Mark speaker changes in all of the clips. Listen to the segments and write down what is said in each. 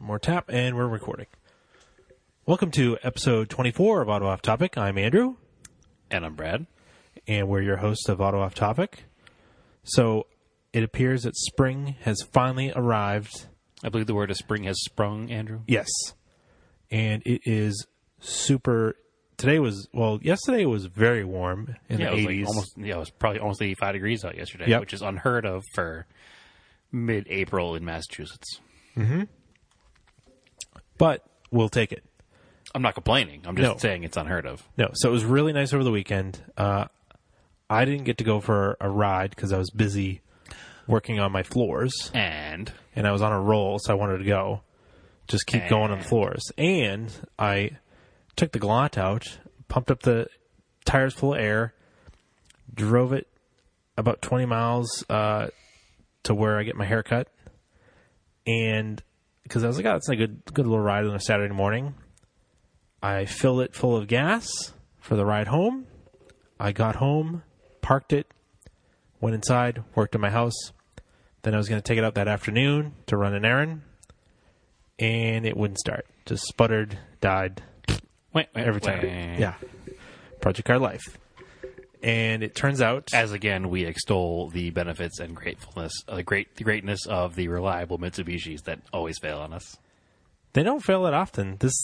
Speaker 1: more tap, and we're recording. Welcome to episode 24 of Auto Off Topic. I'm Andrew,
Speaker 2: And I'm Brad.
Speaker 1: and we're your hosts of Auto Off Topic. So it appears that spring has finally arrived.
Speaker 2: I believe the word is spring has sprung, Andrew.
Speaker 1: Yes. And it is super. Today was, well, yesterday was very warm in
Speaker 2: yeah,
Speaker 1: the
Speaker 2: it was
Speaker 1: 80s.
Speaker 2: like almost yeah, it was probably almost 85 degrees out yesterday,
Speaker 1: Yep.
Speaker 2: which is unheard of for mid-April in Massachusetts.
Speaker 1: but we'll take it.
Speaker 2: I'm not complaining. I'm just
Speaker 1: No.
Speaker 2: saying it's unheard of.
Speaker 1: No, so it was really nice over the weekend. Uh, I didn't get to go for a ride because I was busy working on my floors,
Speaker 2: And
Speaker 1: and I was on a roll, so I wanted to go. Just keep going on the
Speaker 2: And-
Speaker 1: floors, and I took the Gallant out, pumped up the tires full of air, drove it about twenty miles uh, to where I get my haircut, and because I was like, "Oh, that's a good good little ride on a Saturday morning." I filled it full of gas for the ride home. I got home, parked it, went inside, worked at my house. Then I was going to take it out that afternoon to run an errand, and it wouldn't start. Just sputtered, died
Speaker 2: wait, wait,
Speaker 1: every time.
Speaker 2: wait.
Speaker 1: Yeah, Project Car Life. And it turns out,
Speaker 2: As again, we extol the benefits and gratefulness, uh, the great the greatness of the reliable Mitsubishis that always fail on us.
Speaker 1: they don't fail that often. This,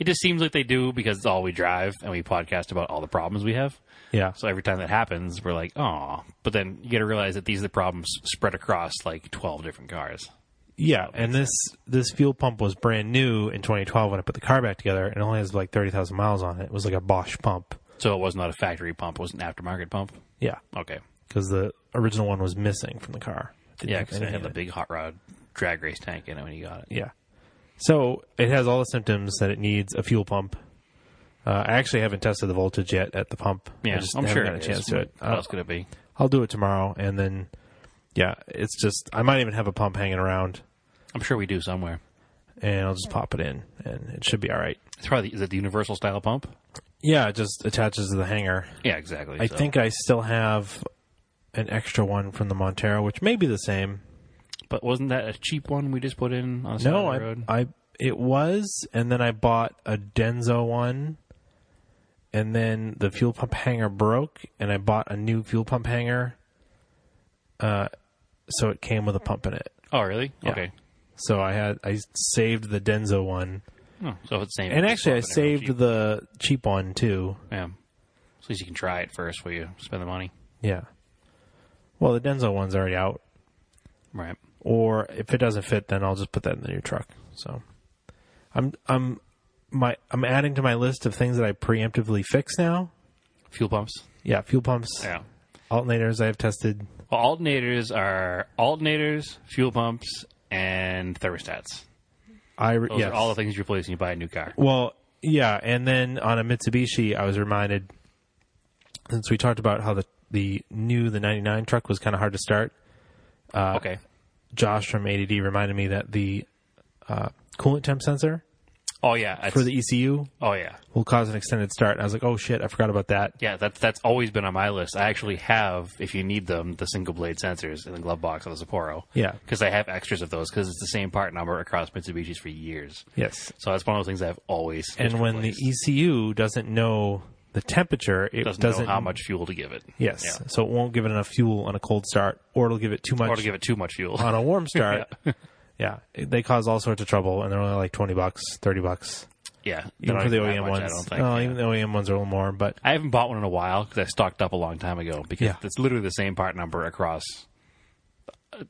Speaker 2: It just seems like they do because it's all we drive and we podcast about all the problems we have.
Speaker 1: yeah,
Speaker 2: So every time that happens, we're like, oh. But then you got to realize that these are the problems spread across like 12 different cars.
Speaker 1: yeah. And this this fuel pump was brand new in 2012 when I put the car back together, and it only has like 30,000 miles on it. It was like a Bosch pump.
Speaker 2: So it was not a factory pump, it was an aftermarket pump.
Speaker 1: Yeah,
Speaker 2: Okay.
Speaker 1: because the original one was missing from the car. Didn't
Speaker 2: Yeah,
Speaker 1: have
Speaker 2: because it
Speaker 1: anything
Speaker 2: had
Speaker 1: in
Speaker 2: the
Speaker 1: it.
Speaker 2: big hot rod drag race tank in it when you got it.
Speaker 1: Yeah. So it has all the symptoms that it needs a fuel pump. Uh, I actually haven't tested the voltage yet at the pump. I
Speaker 2: Yeah,
Speaker 1: just
Speaker 2: I'm
Speaker 1: haven't
Speaker 2: sure
Speaker 1: got a
Speaker 2: it is.
Speaker 1: chance to it.
Speaker 2: What
Speaker 1: I'll,
Speaker 2: else could it be?
Speaker 1: I'll do it tomorrow, and then yeah, it's just I might even have a pump hanging around,
Speaker 2: I'm sure we do somewhere.
Speaker 1: and I'll just pop it in, and it should be all right.
Speaker 2: It's probably is it the universal style pump?
Speaker 1: Yeah, it just attaches to the hanger.
Speaker 2: Yeah, exactly.
Speaker 1: I
Speaker 2: So
Speaker 1: think I still have an extra one from the Montero, which may be the same.
Speaker 2: But wasn't that a cheap one we just put in on the side
Speaker 1: No,
Speaker 2: of
Speaker 1: I,
Speaker 2: the road?
Speaker 1: I it was, and then I bought a Denso one, and then the fuel pump hanger broke, and I bought a new fuel pump hanger. Uh, so it came with a pump in it.
Speaker 2: oh, really? Okay.
Speaker 1: So I had I saved the Denso one,
Speaker 2: Oh, so it's the same.
Speaker 1: and
Speaker 2: It's
Speaker 1: actually I
Speaker 2: just swapping it for
Speaker 1: saved the cheap one too.
Speaker 2: cheap. Yeah. At least you can try it first where you spend the money.
Speaker 1: Yeah. Well, the Denso one's already out,
Speaker 2: Right.
Speaker 1: or if it doesn't fit, then I'll just put that in the new truck. So I'm I'm my I'm adding to my list of things that I preemptively fix now.
Speaker 2: Fuel pumps.
Speaker 1: Yeah, fuel pumps,
Speaker 2: Yeah.
Speaker 1: alternators I have tested.
Speaker 2: Well, alternators are alternators, fuel pumps, and thermostats.
Speaker 1: I
Speaker 2: Those
Speaker 1: yes.
Speaker 2: are all the things you replace when you buy a new car.
Speaker 1: well, yeah, and then on a Mitsubishi, I was reminded since we talked about how the the new the 99 truck was kind of hard to start. Uh,
Speaker 2: okay.
Speaker 1: Josh from ADD reminded me that the uh, coolant temp sensor
Speaker 2: Oh yeah. that's-
Speaker 1: for the ECU
Speaker 2: oh yeah.
Speaker 1: will cause an extended start. And I was like, oh shit, I forgot about that.
Speaker 2: Yeah. That's that's always been on my list. I actually have, if you need them, the single blade sensors in the glove box of the Sapporo.
Speaker 1: Yeah.
Speaker 2: Because I have extras of those because it's the same part number across Mitsubishi's for years.
Speaker 1: Yes.
Speaker 2: So that's one of those things I've always.
Speaker 1: And when the ECU doesn't know the temperature, it
Speaker 2: doesn't,
Speaker 1: doesn't,
Speaker 2: know how much fuel to give it.
Speaker 1: Yes.
Speaker 2: Yeah.
Speaker 1: So it won't give it enough fuel on a cold start, or it'll give it too much
Speaker 2: Or to give it too much fuel.
Speaker 1: on a warm start. yeah. they cause all sorts of trouble, and they're only like twenty bucks, thirty bucks,
Speaker 2: yeah.
Speaker 1: even
Speaker 2: Not
Speaker 1: for the
Speaker 2: that
Speaker 1: OEM
Speaker 2: much,
Speaker 1: ones.
Speaker 2: I don't think.
Speaker 1: no,
Speaker 2: yeah.
Speaker 1: even the OEM ones are a little more. But
Speaker 2: I haven't bought one in a while because I stocked up a long time ago because
Speaker 1: Yeah.
Speaker 2: it's literally the same part number across uh,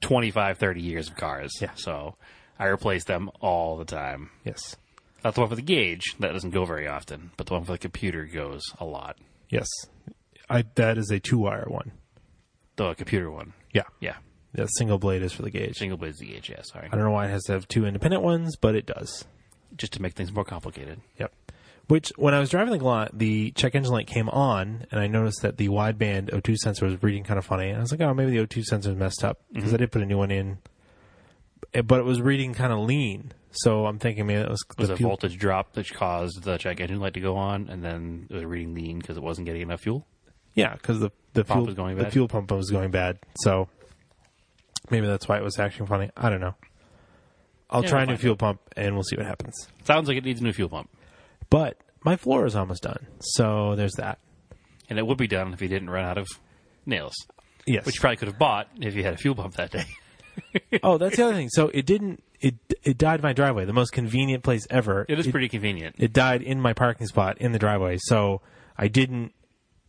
Speaker 2: 25, 30 years of cars.
Speaker 1: Yeah.
Speaker 2: So I replace them all the time.
Speaker 1: yes,
Speaker 2: Not the one for the gauge, that doesn't go very often, but the one for the computer goes a lot.
Speaker 1: yes, I that is a two-wire one.
Speaker 2: The computer one.
Speaker 1: Yeah,
Speaker 2: Yeah.
Speaker 1: the single blade is for the gauge.
Speaker 2: Single blade's the gauge, yeah, sorry.
Speaker 1: I don't know why it has to have two independent ones, but it does.
Speaker 2: Just to make things more complicated.
Speaker 1: Yep. Which, when I was driving the Gallant, the check engine light came on, and I noticed that the wideband O2 sensor was reading kind of funny. And I was like, oh, maybe the O2 sensor is messed up because
Speaker 2: Mm-hmm.
Speaker 1: I did put a new one in, Eh, but it was reading kind of lean. So I'm thinking maybe that was,
Speaker 2: It was
Speaker 1: the
Speaker 2: a
Speaker 1: fuel.
Speaker 2: voltage drop that caused the check engine light to go on, and then it was reading lean because it wasn't getting enough fuel.
Speaker 1: Yeah, because the the
Speaker 2: Pump
Speaker 1: fuel
Speaker 2: was going
Speaker 1: the
Speaker 2: bad?
Speaker 1: fuel pump was going bad. So maybe that's why it was acting funny. I don't know. I'll
Speaker 2: Yeah,
Speaker 1: try
Speaker 2: we'll
Speaker 1: a new
Speaker 2: find
Speaker 1: fuel pump and we'll see what happens.
Speaker 2: Sounds like it needs a new fuel pump.
Speaker 1: But my floor is almost done, so there's that.
Speaker 2: And it would be done if you didn't run out of nails,
Speaker 1: Yes.
Speaker 2: which you probably could have bought if you had a fuel pump that day.
Speaker 1: oh, that's the other thing. So it didn't. It it died in my driveway, the most convenient place ever.
Speaker 2: It is pretty convenient.
Speaker 1: It died in my parking spot in the driveway, so I didn't.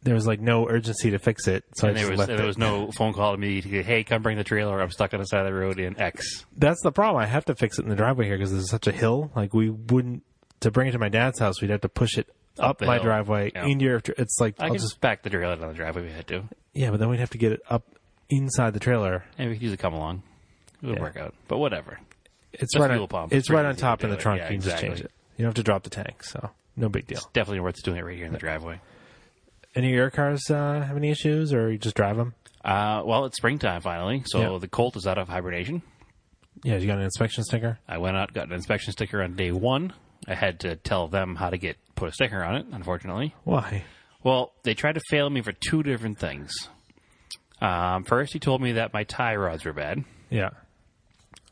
Speaker 1: There was like no urgency to fix it, so
Speaker 2: and
Speaker 1: I
Speaker 2: there
Speaker 1: just
Speaker 2: was
Speaker 1: left
Speaker 2: there
Speaker 1: it.
Speaker 2: was no phone call to me to say, hey, come bring the trailer. I'm stuck on the side of the road in X.
Speaker 1: That's the problem. I have to fix it in the driveway here because there's such a hill. Like we wouldn't to bring it to my dad's house. We'd have to push it
Speaker 2: Up
Speaker 1: up,
Speaker 2: the
Speaker 1: my
Speaker 2: hill.
Speaker 1: driveway
Speaker 2: Yeah.
Speaker 1: into your. It's like
Speaker 2: I
Speaker 1: I'll
Speaker 2: could
Speaker 1: just
Speaker 2: just back the trailer down the driveway if we had to.
Speaker 1: yeah, but then we'd have to get it up inside the trailer.
Speaker 2: And we could use a come along. It would
Speaker 1: Yeah.
Speaker 2: work out. But whatever.
Speaker 1: It's
Speaker 2: Just
Speaker 1: right
Speaker 2: fuel
Speaker 1: on.
Speaker 2: pump. It's
Speaker 1: It's right
Speaker 2: pretty
Speaker 1: on
Speaker 2: easy
Speaker 1: top
Speaker 2: to
Speaker 1: in
Speaker 2: do
Speaker 1: the
Speaker 2: it.
Speaker 1: trunk.
Speaker 2: Yeah,
Speaker 1: you can
Speaker 2: exactly.
Speaker 1: just change it. You don't have to drop the tank, so no big deal.
Speaker 2: Definitely worth doing it right here in the driveway.
Speaker 1: Any of your cars uh, have any issues, or you just drive them?
Speaker 2: Uh, well, it's springtime finally, so
Speaker 1: Yeah.
Speaker 2: the Colt is out of hibernation.
Speaker 1: Yeah, you got an inspection sticker.
Speaker 2: I went out, got an inspection sticker on day one. I had to tell them how to get put a sticker on it. Unfortunately,
Speaker 1: Why?
Speaker 2: well, they tried to fail me for two different things. Um, first, he told me that my tie rods were bad.
Speaker 1: Yeah,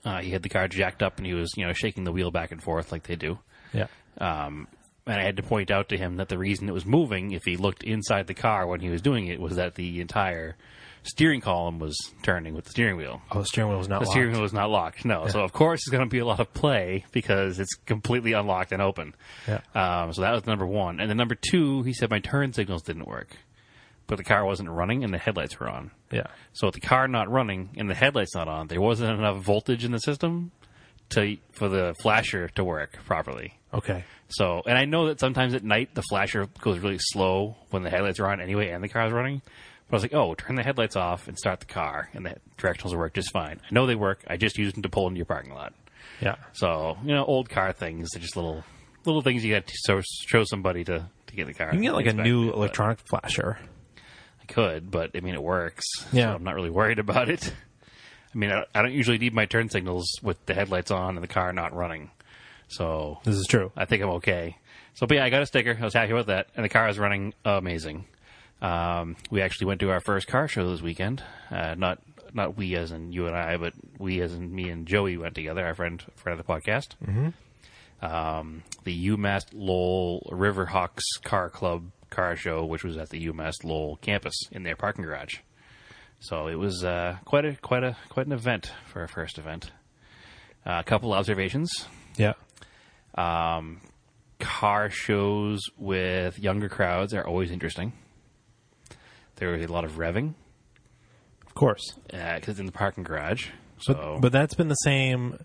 Speaker 2: Uh, he had the car jacked up, and he was you know shaking the wheel back and forth like they do.
Speaker 1: yeah.
Speaker 2: Um, and I had to point out to him that the reason it was moving, if he looked inside the car when he was doing it, was that the entire steering column was turning with the steering wheel.
Speaker 1: Oh, the steering wheel was not
Speaker 2: The
Speaker 1: locked.
Speaker 2: steering wheel is not locked. No, so of course it's going to be a lot of play because it's completely unlocked and open.
Speaker 1: Yeah.
Speaker 2: Um, so that was number one, and then number two, he said my turn signals didn't work, but the car wasn't running and the headlights were on.
Speaker 1: yeah.
Speaker 2: So with the car not running and the headlights not on, there wasn't enough voltage in the system to for the flasher to work properly.
Speaker 1: Okay.
Speaker 2: So, and I know that sometimes at night the flasher goes really slow when the headlights are on anyway and the car's running. But I was like, oh, turn the headlights off and start the car, and the directionals will work just fine. I know they work. I just use them to pull into your parking lot.
Speaker 1: Yeah.
Speaker 2: So, you know, old car things, they're just little little things you got to so- show somebody to, to get the car.
Speaker 1: You can get like a new electronic flasher.
Speaker 2: I could, but I mean, it works.
Speaker 1: Yeah.
Speaker 2: So I'm not really worried about it. I mean, I, I don't usually need my turn signals with the headlights on and the car not running. So
Speaker 1: This is true.
Speaker 2: I think I'm okay. So, but yeah, I got a sticker. I was happy about that, and the car is running amazing. Um, we actually went to our first car show this weekend. Uh, not not we as in you and I, but we as in me and Joey went together. Our friend friend of the podcast. Mm-hmm. Um, the UMass Lowell Riverhawks Car Club car show, which was at the UMass Lowell campus in their parking garage. So it was uh, quite a quite a quite an event for our first event. Uh, a couple observations
Speaker 1: Yeah.
Speaker 2: car shows with younger crowds are always interesting. There was a lot of revving
Speaker 1: Of course.
Speaker 2: because it's in the parking garage. So,
Speaker 1: But but that's been the same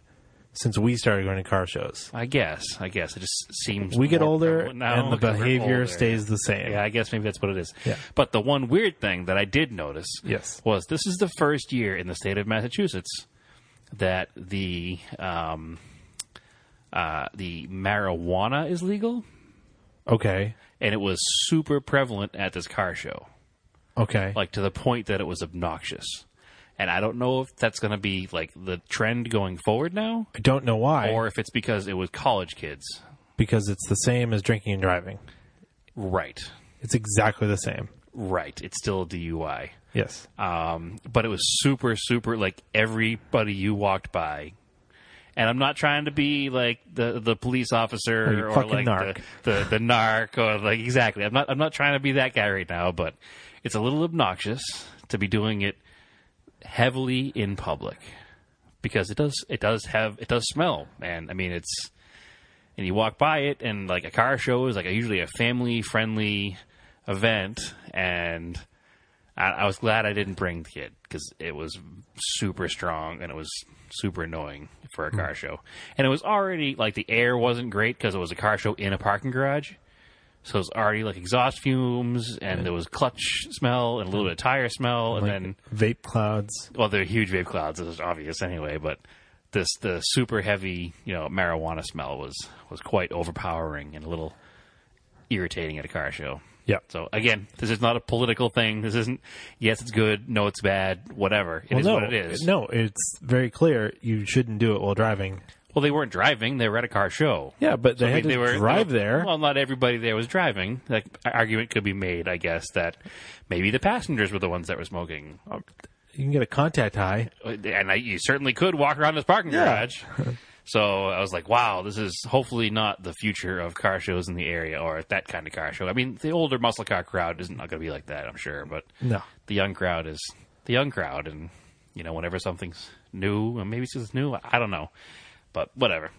Speaker 1: since we started going to car shows.
Speaker 2: I guess, I guess it just seems
Speaker 1: We get
Speaker 2: more
Speaker 1: older
Speaker 2: prevalent now
Speaker 1: and the
Speaker 2: 'cause we're
Speaker 1: behavior
Speaker 2: older.
Speaker 1: stays the same.
Speaker 2: Yeah, I guess maybe that's what it is.
Speaker 1: Yeah.
Speaker 2: But the one weird thing that I did notice,
Speaker 1: Yes.
Speaker 2: was this is the first year in the state of Massachusetts that the um, uh, the marijuana is legal,
Speaker 1: Okay.
Speaker 2: and it was super prevalent at this car show.
Speaker 1: Okay.
Speaker 2: like to the point that it was obnoxious. And I don't know if that's going to be like the trend going forward now,
Speaker 1: I don't know why
Speaker 2: or if it's because it was college kids.
Speaker 1: because it's the same as drinking and driving.
Speaker 2: Right,
Speaker 1: It's exactly the same.
Speaker 2: right. It's still a DUI,
Speaker 1: Yes.
Speaker 2: um, but it was super, super like everybody you walked by. And I'm not trying to be like the the police
Speaker 1: Oh, you
Speaker 2: officer or
Speaker 1: fucking
Speaker 2: like
Speaker 1: narc.
Speaker 2: The, the the narc or like exactly. I'm not I'm not trying to be that guy right now, but it's a little obnoxious to be doing it heavily in public because it does it does have it does smell and i mean it's and you walk by it and like a car show is like a, usually a family friendly event and I, I was glad i didn't bring the kid because it was super strong and it was super annoying for a car show and it was already like the air wasn't great because it was a car show in a parking garage so it was already like exhaust fumes and there was clutch smell and a little bit of tire smell and
Speaker 1: Like
Speaker 2: then
Speaker 1: vape clouds.
Speaker 2: well, they're huge vape clouds. It was obvious anyway, but this the super heavy, you know, marijuana smell was was quite overpowering and a little irritating at a car show.
Speaker 1: Yeah.
Speaker 2: So again, this is not a political thing. This isn't. Yes, it's good. No, it's bad. Whatever. It is
Speaker 1: no,
Speaker 2: what it is.
Speaker 1: No, it's very clear you shouldn't do it while driving.
Speaker 2: Well, they weren't driving. They were at a car show.
Speaker 1: Yeah, but they
Speaker 2: I
Speaker 1: had
Speaker 2: mean,
Speaker 1: to
Speaker 2: they were
Speaker 1: drive
Speaker 2: they were-
Speaker 1: there.
Speaker 2: Well, not everybody there was driving. Like a- argument could be made, I guess, that maybe the passengers were the ones that were smoking,
Speaker 1: Um, you can get a contact high.
Speaker 2: uh, and I, you certainly could walk around this parking garage. So I was like, wow, this is hopefully not the future of car shows in the area or that kind of car show. I mean, the older muscle car crowd isn't not going to be like that, I'm sure, but
Speaker 1: No.
Speaker 2: the young crowd is the young crowd, and you know, whenever something's new, or maybe it's just new, I don't know, but whatever.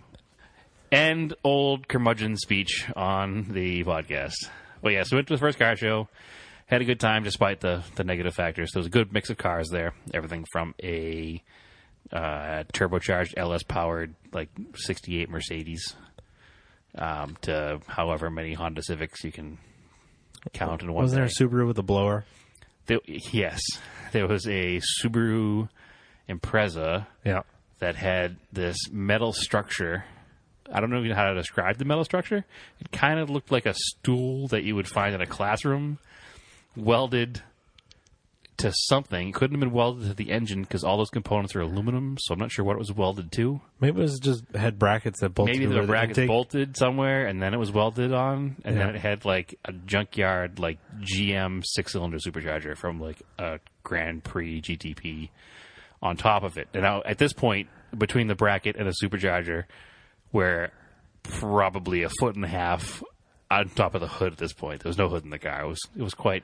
Speaker 2: End old curmudgeon speech on the podcast. Well, yeah, so went to the first car show, had a good time despite the the negative factors. There was a good mix of cars there, everything from a uh, turbocharged LS powered like '68 Mercedes um, to however many Honda Civics you can count in one.
Speaker 1: Wasn't there
Speaker 2: day.
Speaker 1: a Subaru with a blower?
Speaker 2: There, yes, there was a Subaru Impreza
Speaker 1: Yeah.
Speaker 2: that had this metal structure. I don't know even how to describe the metal structure. It kind of looked like a stool that you would find in a classroom, welded to something. It couldn't have been welded to the engine because all those components are aluminum, so I'm not sure what it was welded to.
Speaker 1: Maybe it was just had brackets that bolted.
Speaker 2: Maybe
Speaker 1: to
Speaker 2: the
Speaker 1: where
Speaker 2: brackets
Speaker 1: intake-
Speaker 2: bolted somewhere, and then it was welded on, and then
Speaker 1: Yeah.
Speaker 2: it had like a junkyard like GM six cylinder supercharger from like a Grand Prix GTP on top of it. And now at this point, between the bracket and the supercharger, we're probably a foot and a half on top of the hood at this point. There was no hood in the car. It was it was quite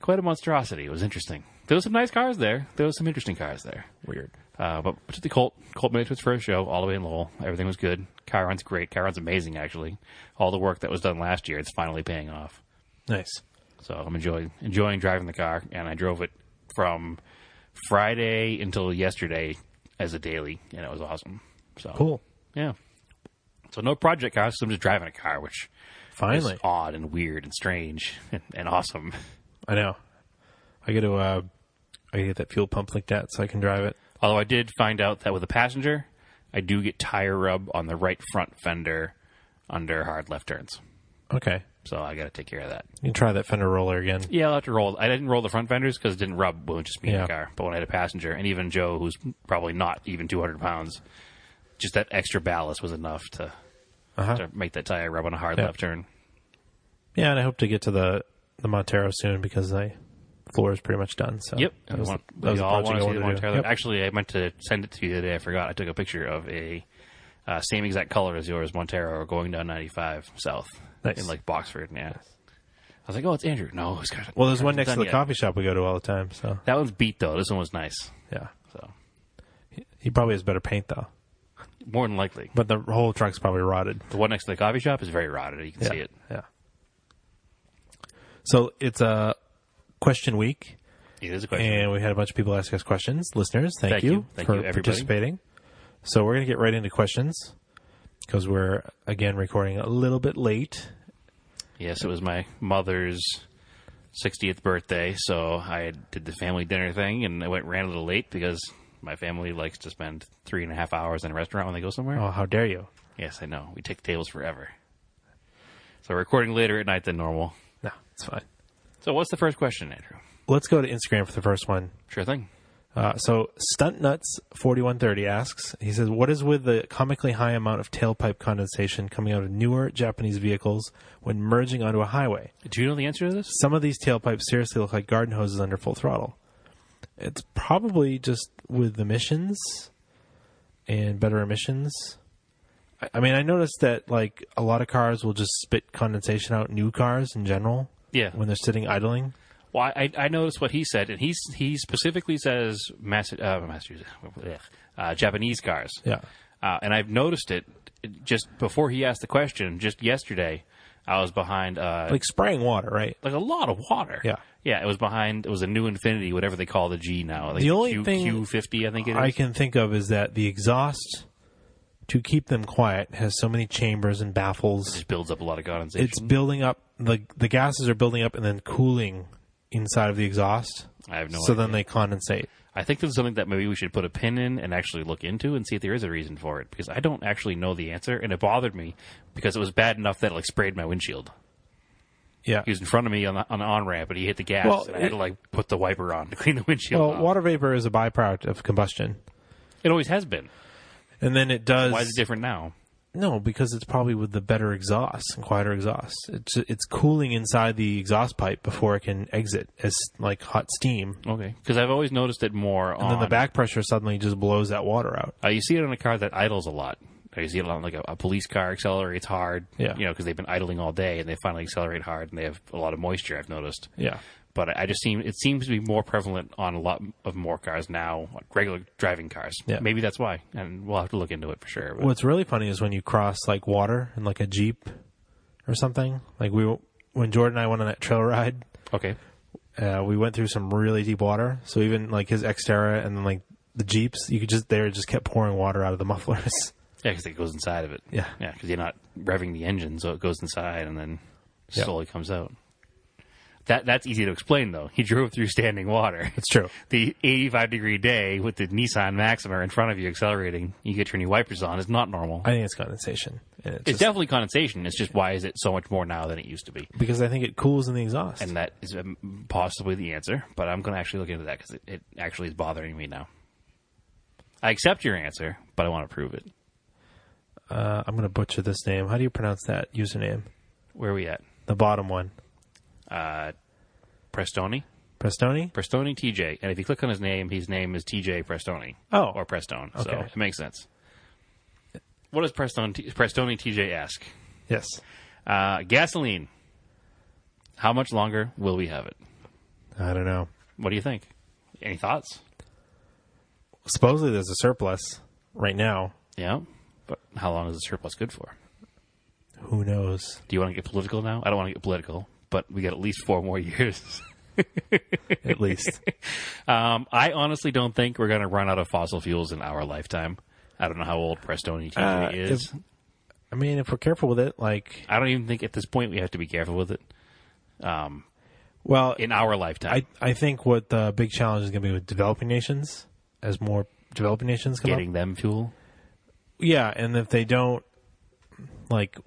Speaker 2: quite a monstrosity. It was interesting. There was some nice cars there. There was some interesting cars there.
Speaker 1: Weird.
Speaker 2: Uh, but to the Colt, Colt made it to its first show all the way in Lowell. Everything was good. Chiron's great. Chiron's amazing, actually. All the work that was done last year, it's finally paying off.
Speaker 1: Nice.
Speaker 2: So I'm enjoying enjoying driving the car, and I drove it from Friday until yesterday as a daily, and it was awesome. So
Speaker 1: Cool.
Speaker 2: yeah. So no project cars. So I'm just driving a car, which is
Speaker 1: Finally.
Speaker 2: odd and weird and strange and, and awesome.
Speaker 1: I know. I got to. Uh, I gotta get that fuel pump linked at so I can drive it.
Speaker 2: Although I did find out that with a passenger, I do get tire rub on the right front fender under hard left turns.
Speaker 1: Okay.
Speaker 2: So I got to take care of that.
Speaker 1: You can try that fender roller again.
Speaker 2: Yeah, I'll have to roll. I didn't roll the front fenders because it didn't rub when it was just me in
Speaker 1: Yeah.
Speaker 2: the car. But when I had a passenger, and even Joe, who's probably not even 200 pounds, just that extra ballast was enough to,
Speaker 1: Uh-huh.
Speaker 2: to make that tire rub on a hard
Speaker 1: Yeah.
Speaker 2: left turn.
Speaker 1: Yeah, and I hope to get to the the Montero soon because the floor is pretty much done. So
Speaker 2: Yep.
Speaker 1: that
Speaker 2: We
Speaker 1: was,
Speaker 2: want-
Speaker 1: that was
Speaker 2: we
Speaker 1: the
Speaker 2: all
Speaker 1: project
Speaker 2: want
Speaker 1: I
Speaker 2: to see
Speaker 1: wanted
Speaker 2: the
Speaker 1: to
Speaker 2: one
Speaker 1: do.
Speaker 2: Taylor.
Speaker 1: Yep.
Speaker 2: Actually, I meant to send it to you the other day. I forgot. I took a picture of a uh, same exact color as yours, Montero, going down 95 south
Speaker 1: Nice.
Speaker 2: in like Boxford. Yeah. I was like, oh, it's Andrew. No, it's got
Speaker 1: Well, there's one next to
Speaker 2: done
Speaker 1: the
Speaker 2: yet.
Speaker 1: coffee shop we go to all the time. So
Speaker 2: That one's beat though. This one was nice.
Speaker 1: yeah,
Speaker 2: So
Speaker 1: he probably has better paint though.
Speaker 2: more than likely,
Speaker 1: But the whole truck's probably rotted.
Speaker 2: the one next to the coffee shop is very rotted. You can
Speaker 1: Yeah.
Speaker 2: see it.
Speaker 1: Yeah. So it's a question week,
Speaker 2: It is a question.
Speaker 1: and we had a bunch of people ask us questions. Listeners, thank,
Speaker 2: Thank
Speaker 1: you,
Speaker 2: you. Thank
Speaker 1: for
Speaker 2: you, everybody.
Speaker 1: participating. So we're gonna get right into questions because we're again recording a little bit late.
Speaker 2: Yes, it was my mother's 60th birthday, so I did the family dinner thing, and I went ran a little late because my family likes to spend three and a half hours in a restaurant when they go somewhere.
Speaker 1: Oh, how dare you!
Speaker 2: Yes, I know. We take the tables forever. So we're recording later at night than normal.
Speaker 1: No, it's fine.
Speaker 2: So what's the first question, Andrew?
Speaker 1: Let's go to Instagram for the first one.
Speaker 2: Sure thing.
Speaker 1: Uh, so Stunt Nuts 4130 asks, he says, What is with the comically high amount of tailpipe condensation coming out of newer Japanese vehicles when merging onto a highway?
Speaker 2: Do you know the answer to this?
Speaker 1: Some of these tailpipes seriously look like garden hoses under full throttle. It's probably just with emissions and better emissions. I- I mean, I noticed that like a lot of cars will just spit condensation out new cars in general
Speaker 2: Yeah.
Speaker 1: when they're sitting idling.
Speaker 2: Well, I, I noticed what he said, and he's, he specifically says Massa- uh, Massachusetts, uh, Japanese cars.
Speaker 1: Yeah.
Speaker 2: Uh, and I've noticed it just before he asked the question, just yesterday, I was behind uh, like,
Speaker 1: Like spraying water, right?
Speaker 2: a lot of water.
Speaker 1: Yeah.
Speaker 2: Yeah, it was behind, it was a new Infinity, whatever they call the G now. Like
Speaker 1: The only
Speaker 2: Q,
Speaker 1: thing
Speaker 2: Q50, I think it is.
Speaker 1: I can think of is that the exhaust to keep them quiet has so many chambers and baffles.
Speaker 2: just builds up a lot of condensation.
Speaker 1: It's building up the the gases are building up and then cooling inside of the exhaust.
Speaker 2: I have no
Speaker 1: so
Speaker 2: idea.
Speaker 1: then they condensate.
Speaker 2: I think this is something that maybe we should put a pin in and actually look into and see if there is a reason for it because I don't actually know the answer and it bothered me because it was bad enough that it like sprayed my windshield.
Speaker 1: Yeah.
Speaker 2: He was in front of me on the, on the on ramp and he hit the gas
Speaker 1: Well,
Speaker 2: and I had to like put the wiper on to clean the windshield.
Speaker 1: Well,
Speaker 2: off.
Speaker 1: water vapor is a byproduct of combustion,
Speaker 2: It always has been.
Speaker 1: and then it does.
Speaker 2: Why is it different now?
Speaker 1: No, because it's probably with the better exhaust and quieter exhaust. It's it's cooling inside the exhaust pipe before it can exit as like hot steam.
Speaker 2: Okay, because I've always noticed it more on
Speaker 1: And then the back pressure suddenly just blows that water out.
Speaker 2: Uh, you see it on a car that idles a lot. Or you see it on like a, a police car accelerates hard.
Speaker 1: Yeah.
Speaker 2: you know because they've been idling all day and they finally accelerate hard and they have a lot of moisture. I've noticed.
Speaker 1: Yeah.
Speaker 2: But I I just seem it seems to be more prevalent on a lot of more cars now, like regular driving cars.
Speaker 1: Yeah.
Speaker 2: Maybe that's why, and we'll have to look into it for sure. But
Speaker 1: What's really funny is when you cross like water in like a jeep or something. Like we when Jordan and I went on that trail ride,
Speaker 2: okay,
Speaker 1: uh, we went through some really deep water. So even like his Xterra and then like the jeeps, you could just they just kept pouring water out of the mufflers.
Speaker 2: yeah, because it goes inside of it.
Speaker 1: Yeah.
Speaker 2: yeah, because you're not revving the engine, so it goes inside and then
Speaker 1: Yeah.
Speaker 2: slowly comes out. That that's easy to explain though. He drove through standing water.
Speaker 1: It's true.
Speaker 2: the 85 degree day with the Nissan Maxima in front of you accelerating, you get your new wipers on, is not normal.
Speaker 1: I think it's condensation. And it's
Speaker 2: it's
Speaker 1: just,
Speaker 2: definitely condensation. It's just why is it so much more now than it used to be?
Speaker 1: because I think it cools in the exhaust.
Speaker 2: And that is um, possibly the answer, but I'm going to actually look into that because it, it actually is bothering me now. I accept your answer, but I want to prove it.
Speaker 1: uh, I'm gonna butcher this name. How do you pronounce that username?
Speaker 2: Where are we at?
Speaker 1: The bottom one,
Speaker 2: Uh, Prestoni?
Speaker 1: Prestoni.
Speaker 2: Prestoni TJ. And if you click on his name, his name is TJ Prestoni.
Speaker 1: Oh.
Speaker 2: Or Prestone. So
Speaker 1: Okay.
Speaker 2: it makes sense. What does Prestone, Prestoni TJ ask?
Speaker 1: Yes.
Speaker 2: Uh, gasoline. How much longer will we have it?
Speaker 1: I don't know.
Speaker 2: What do you think? Any thoughts?
Speaker 1: Supposedly there's a surplus right now.
Speaker 2: Yeah. But how long is the surplus good for?
Speaker 1: Who knows?
Speaker 2: Do you want to get political now? I don't want to get political, but we got at least four more years.
Speaker 1: At least
Speaker 2: Um, I honestly don't think we're going to run out of fossil fuels in our lifetime. I don't know how old Prestoni TJ
Speaker 1: Uh,
Speaker 2: is.
Speaker 1: I mean, if we're careful with it, like,
Speaker 2: I don't even think at this point we have to be careful with it
Speaker 1: well,
Speaker 2: in our lifetime.
Speaker 1: I I think what the big challenge is going to be with developing nations as more developing nations come up.
Speaker 2: Getting them fuel.
Speaker 1: Yeah, and if they don't like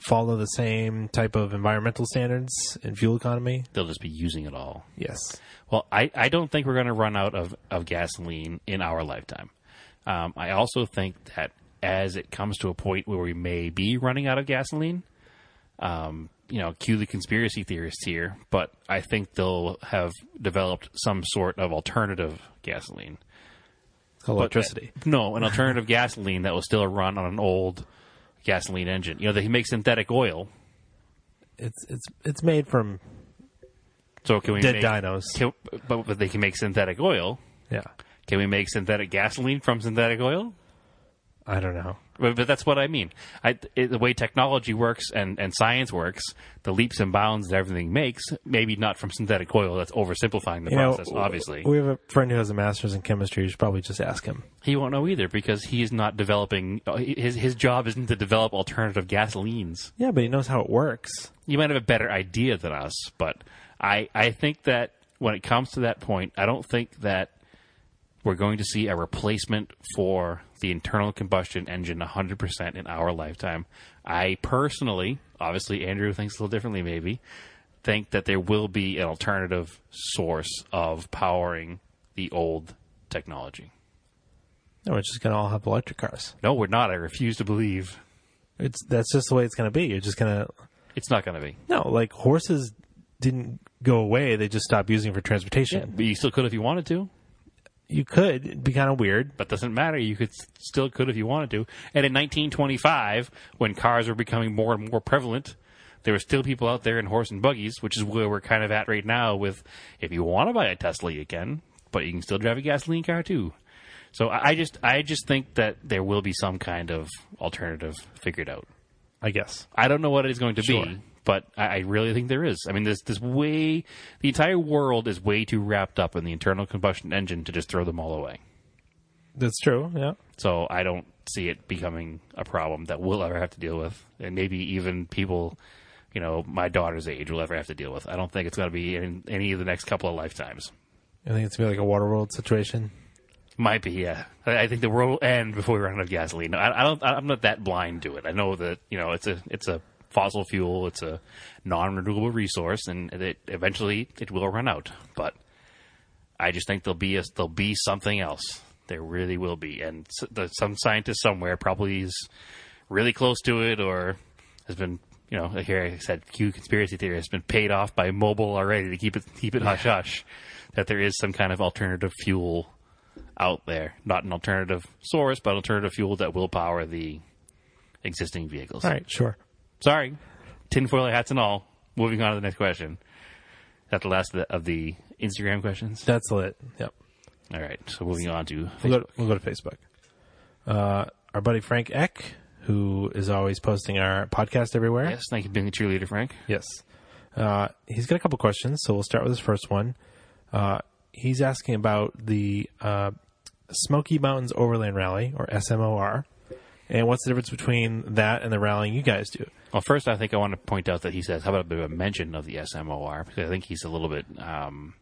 Speaker 1: follow the same type of environmental standards and fuel economy,
Speaker 2: They'll just be using it all.
Speaker 1: yes,
Speaker 2: Well, I, I don't think we're going to run out of, of gasoline in our lifetime. Um, I also think that as it comes to a point where we may be running out of gasoline, um, you know, cue the conspiracy theorists here, but I think they'll have developed some sort of alternative gasoline.
Speaker 1: electricity.
Speaker 2: No, an alternative gasoline that will still run on an old gasoline engine. You know, they make synthetic oil.
Speaker 1: it's it's it's made from
Speaker 2: So can we
Speaker 1: dead
Speaker 2: make,
Speaker 1: dinos.
Speaker 2: can- but, but they can make synthetic oil.
Speaker 1: Yeah,
Speaker 2: Can we make synthetic gasoline from synthetic oil?
Speaker 1: I don't know.
Speaker 2: But, but that's what I mean. I, it, the way technology works and, and science works, the leaps and bounds that everything makes, maybe not from synthetic oil. That's oversimplifying the
Speaker 1: You know,
Speaker 2: process, obviously.
Speaker 1: we have a friend who has a master's in chemistry. You should probably just ask him.
Speaker 2: he won't know either because he is not developing, uh, his, his job isn't to develop alternative gasolines.
Speaker 1: Yeah, but he knows how it works.
Speaker 2: You might have a better idea than us, but I, I think that when it comes to that point, I don't think that we're going to see a replacement for the internal combustion engine 100% in our lifetime. I personally, obviously, Andrew thinks a little differently, maybe, think that there will be an alternative source of powering the old technology.
Speaker 1: No, we're just gonna all have electric cars.
Speaker 2: No, we're not. I refuse to believe
Speaker 1: It's that's just the way it's gonna be. You're just gonna
Speaker 2: it's not going to be.
Speaker 1: no like horses didn't go away. They just stopped using it for transportation.
Speaker 2: But you still could if you wanted to.
Speaker 1: You could it'd be kind of weird.
Speaker 2: but doesn't matter. You could still could if you wanted to. And in 1925, when cars were becoming more and more prevalent, there were still people out there in horse and buggies, which is where we're kind of at right now. With if you want to buy a Tesla, you can, but you can still drive a gasoline car too. So I I just I just think that there will be some kind of alternative figured out.
Speaker 1: I guess.
Speaker 2: I don't know what it is going to
Speaker 1: Sure.
Speaker 2: be, but I, I really think there is. I mean, this this way the entire world is way too wrapped up in the internal combustion engine to just throw them all away.
Speaker 1: That's true. Yeah.
Speaker 2: So I don't see it becoming a problem that we'll ever have to deal with, and maybe even people, you know, my daughter's age will ever have to deal with. I don't think it's going to be in any of the next couple of lifetimes.
Speaker 1: I think it's gonna be like a water world situation.
Speaker 2: Might be, yeah. I I think the world will end before we run out of gasoline. I, I don't. I'm not that blind to it. I know that you know it's a it's a fossil fuel. It's a non-renewable resource, and it eventually it will run out. But I just think there'll be a, there'll be something else. There really will be, and s- the, some scientist somewhere probably is really close to it or has been, you know, like here I said, Q conspiracy theory has been paid off by mobile already to keep it keep it hush hush that there is some kind of alternative fuel out there, not an alternative source, but alternative fuel that will power the existing vehicles.
Speaker 1: All right, sure.
Speaker 2: Sorry, tinfoil hats and all. Moving on to the next question. Is that the last of the, of the Instagram questions?
Speaker 1: That's lit. Yep.
Speaker 2: All right, so moving on to
Speaker 1: We'll go, we'll go to Facebook. Uh, our buddy Frank Eck, who is always posting our podcast everywhere.
Speaker 2: Yes, thank you for being a cheerleader, Frank.
Speaker 1: Yes. Uh, he's got a couple questions, so we'll start with his first one. Uh, he's asking about the uh, Smoky Mountains Overland Rally, or SMOR, and what's the difference between that and the rallying you guys do?
Speaker 2: Well, first, I think I want to point out that he says, "How about a bit of a mention of the SMOR?" Because I think he's a little bit um,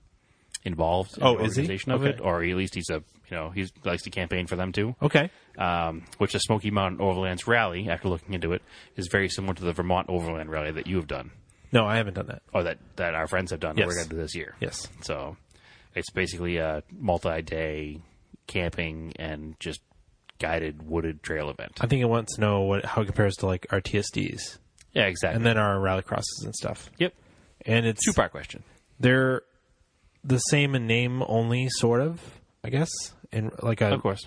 Speaker 2: involved in
Speaker 1: Oh,
Speaker 2: the
Speaker 1: is he?
Speaker 2: organization of it,
Speaker 1: Okay.
Speaker 2: or at least he's a you know he likes to campaign for them too.
Speaker 1: Okay.
Speaker 2: Um, which the Smoky Mountain Overland's rally, after looking into it, is very similar to the Vermont Overland rally that you have done,
Speaker 1: No, I haven't done that.
Speaker 2: or that that our friends have done. That
Speaker 1: Yes.
Speaker 2: we're going to do this year.
Speaker 1: Yes.
Speaker 2: So it's basically a multi-day camping and just guided wooded trail event.
Speaker 1: I think it wants to know what how it compares to like our TSDs
Speaker 2: Yeah, exactly.
Speaker 1: and then our rallycrosses and stuff.
Speaker 2: yep.
Speaker 1: And it's
Speaker 2: Two-part question.
Speaker 1: they're the same in name only, sort of, I guess. And like a,
Speaker 2: Of course.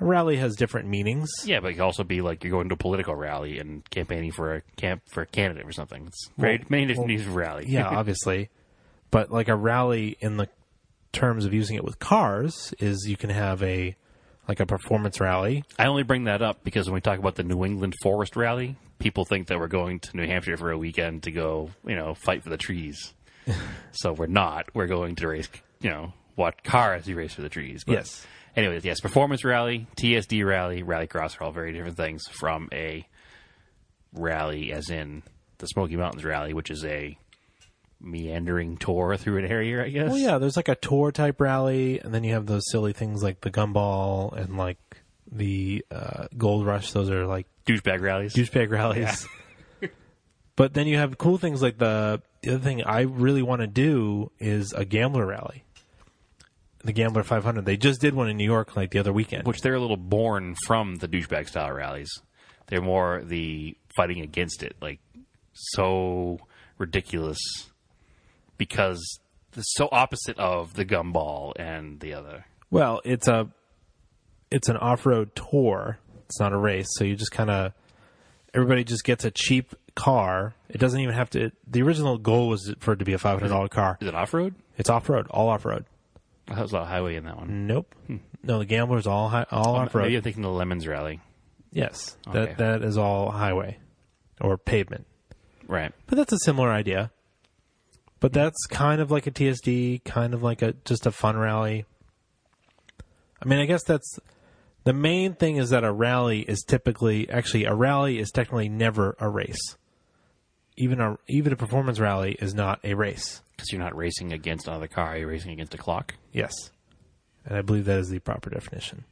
Speaker 1: a rally has different meanings.
Speaker 2: Yeah, but it could also be like you're going to a political rally and campaigning for a camp for a candidate or something. It's very
Speaker 1: Well-
Speaker 2: many different needs of rally.
Speaker 1: yeah, obviously. But like a rally in the terms of using it with cars is you can have a like a performance rally.
Speaker 2: I only bring that up because when we talk about the New England Forest Rally, people think that we're going to New Hampshire for a weekend to go, you know, fight for the trees. so we're not. We're going to race, you know, what car as you race for the trees. But
Speaker 1: Yes.
Speaker 2: Anyways, yes, performance rally, TSD rally, rallycross are all very different things from a rally, as in the Smoky Mountains rally, which is a meandering tour through an area, I guess.
Speaker 1: Well, Oh, yeah, there's like a tour type rally, and then you have those silly things like the gumball and like the uh, gold rush. Those are like
Speaker 2: Douchebag rallies.
Speaker 1: douchebag rallies. but then you have cool things like the the other thing I really want to do is a gambler rally. The Gambler 500. They just did one in New York like the other weekend.
Speaker 2: which they're a little born from the douchebag style rallies. They're more the fighting against it, like so ridiculous because it's so opposite of the gumball and the other.
Speaker 1: Well, it's a it's an off-road tour. It's not a race, so you just kind of everybody just gets a cheap car. It doesn't even have to. The original goal was for it to be a five hundred dollar car.
Speaker 2: Is it off road?
Speaker 1: It's off-road, all off-road.
Speaker 2: That was a lot of highway in that one.
Speaker 1: Nope. No, the gambler's all hi- all off-road.
Speaker 2: Maybe I'm thinking the Lemons Rally.
Speaker 1: Yes,
Speaker 2: Okay.
Speaker 1: that that is all highway or pavement.
Speaker 2: Right.
Speaker 1: But that's a similar idea. But that's kind of like a TSD, kind of like a just a fun rally. I mean, I guess that's the main thing is that a rally is typically actually a rally is technically never a race. Even a even a performance rally is not a race.
Speaker 2: Because you're not racing against another car, you're racing against a clock.
Speaker 1: Yes. And I believe that is the proper definition.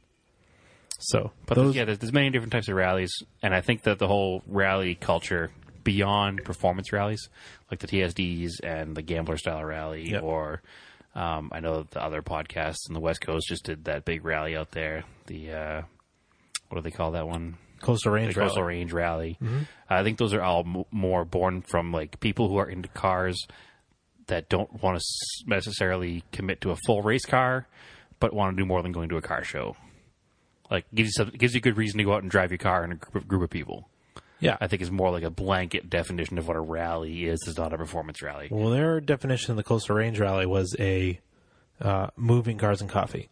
Speaker 1: So,
Speaker 2: But
Speaker 1: those,
Speaker 2: there's, yeah, there's, there's many different types of rallies, and I think that the whole rally culture beyond performance rallies, like the TSDs and the gambler style rally,
Speaker 1: Yep.
Speaker 2: or um, I know the other podcasts in the West Coast just did that big rally out there. The uh, what do they call that one?
Speaker 1: coastal range
Speaker 2: The Coastal
Speaker 1: rally.
Speaker 2: Range Rally. I think those are all m- more born from like people who are into cars that don't want to s- necessarily commit to a full race car, but want to do more than going to a car show. Like gives you some, gives you a good reason to go out and drive your car in a group of, group of people.
Speaker 1: Yeah.
Speaker 2: I think is more like a blanket definition of what a rally is. It's not a performance rally.
Speaker 1: Well, their definition of the coastal range rally was a uh, moving cars and coffee.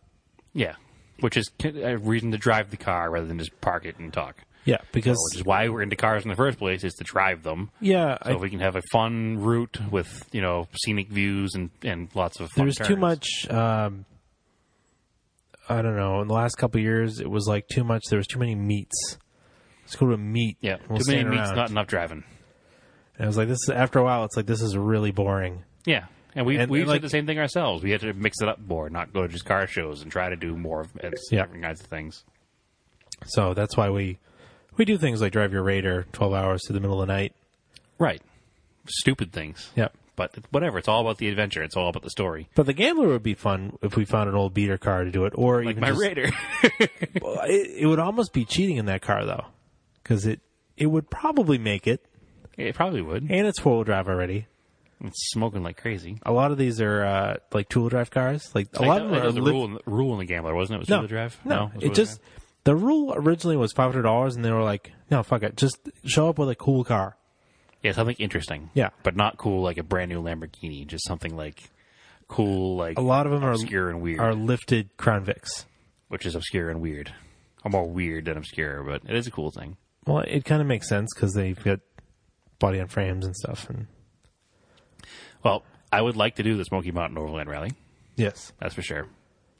Speaker 2: Yeah, which is ki- a reason to drive the car rather than just park it and talk.
Speaker 1: Yeah, because
Speaker 2: Which is why we're into cars in the first place is to drive them.
Speaker 1: yeah,
Speaker 2: So
Speaker 1: I-
Speaker 2: if we can have a fun route with you know scenic views and and lots of fun
Speaker 1: there's too
Speaker 2: turns.
Speaker 1: much. Um, I don't know. In the last couple of years, it was like too much. There was too many meets. Let's go to a meet.
Speaker 2: Yeah,
Speaker 1: We'll
Speaker 2: too many
Speaker 1: stand
Speaker 2: meets,
Speaker 1: around.
Speaker 2: not enough driving.
Speaker 1: And I was like, this. Is, after a while, it's like this is really boring.
Speaker 2: Yeah, and we
Speaker 1: And-
Speaker 2: we
Speaker 1: and,
Speaker 2: said
Speaker 1: like-
Speaker 2: the same thing ourselves. We had to mix it up more, not go to just car shows and try to do more of and
Speaker 1: Yeah.
Speaker 2: different kinds of things.
Speaker 1: So that's why we we do things like drive your Raider 12 hours to the middle of the night.
Speaker 2: Right, stupid things.
Speaker 1: Yep.
Speaker 2: But whatever, it's all about the adventure. It's all about the story.
Speaker 1: But the gambler would be fun if we found an old beater car to do it, or
Speaker 2: Like
Speaker 1: even
Speaker 2: my
Speaker 1: just,
Speaker 2: Raider.
Speaker 1: Well, it, it would almost be cheating in that car though, because it it would probably make it,
Speaker 2: It probably would.
Speaker 1: and it's four wheel drive already.
Speaker 2: It's smoking like crazy.
Speaker 1: A lot of these are uh, like two wheel drive cars. Like a lot of them
Speaker 2: that
Speaker 1: are
Speaker 2: was the
Speaker 1: lit-
Speaker 2: rule, in the, rule in the gambler, wasn't it? Was
Speaker 1: no
Speaker 2: wheel drive?
Speaker 1: No,
Speaker 2: was
Speaker 1: it
Speaker 2: wheel
Speaker 1: just
Speaker 2: drive?
Speaker 1: the rule originally was five hundred dollars, and they were like, no, fuck it, just show up with a cool car.
Speaker 2: yeah something interesting.
Speaker 1: Yeah.
Speaker 2: but not cool like a brand new Lamborghini. Just something like cool, like
Speaker 1: A lot of them are
Speaker 2: obscure and weird,
Speaker 1: are lifted Crown Vics.
Speaker 2: which is obscure and weird. I'm more weird than obscure, but it is a cool thing.
Speaker 1: Well, it kind of makes sense because they've got body on frames and stuff, and
Speaker 2: Well, I would like to do the Smoky Mountain Overland Rally.
Speaker 1: yes,
Speaker 2: That's for sure.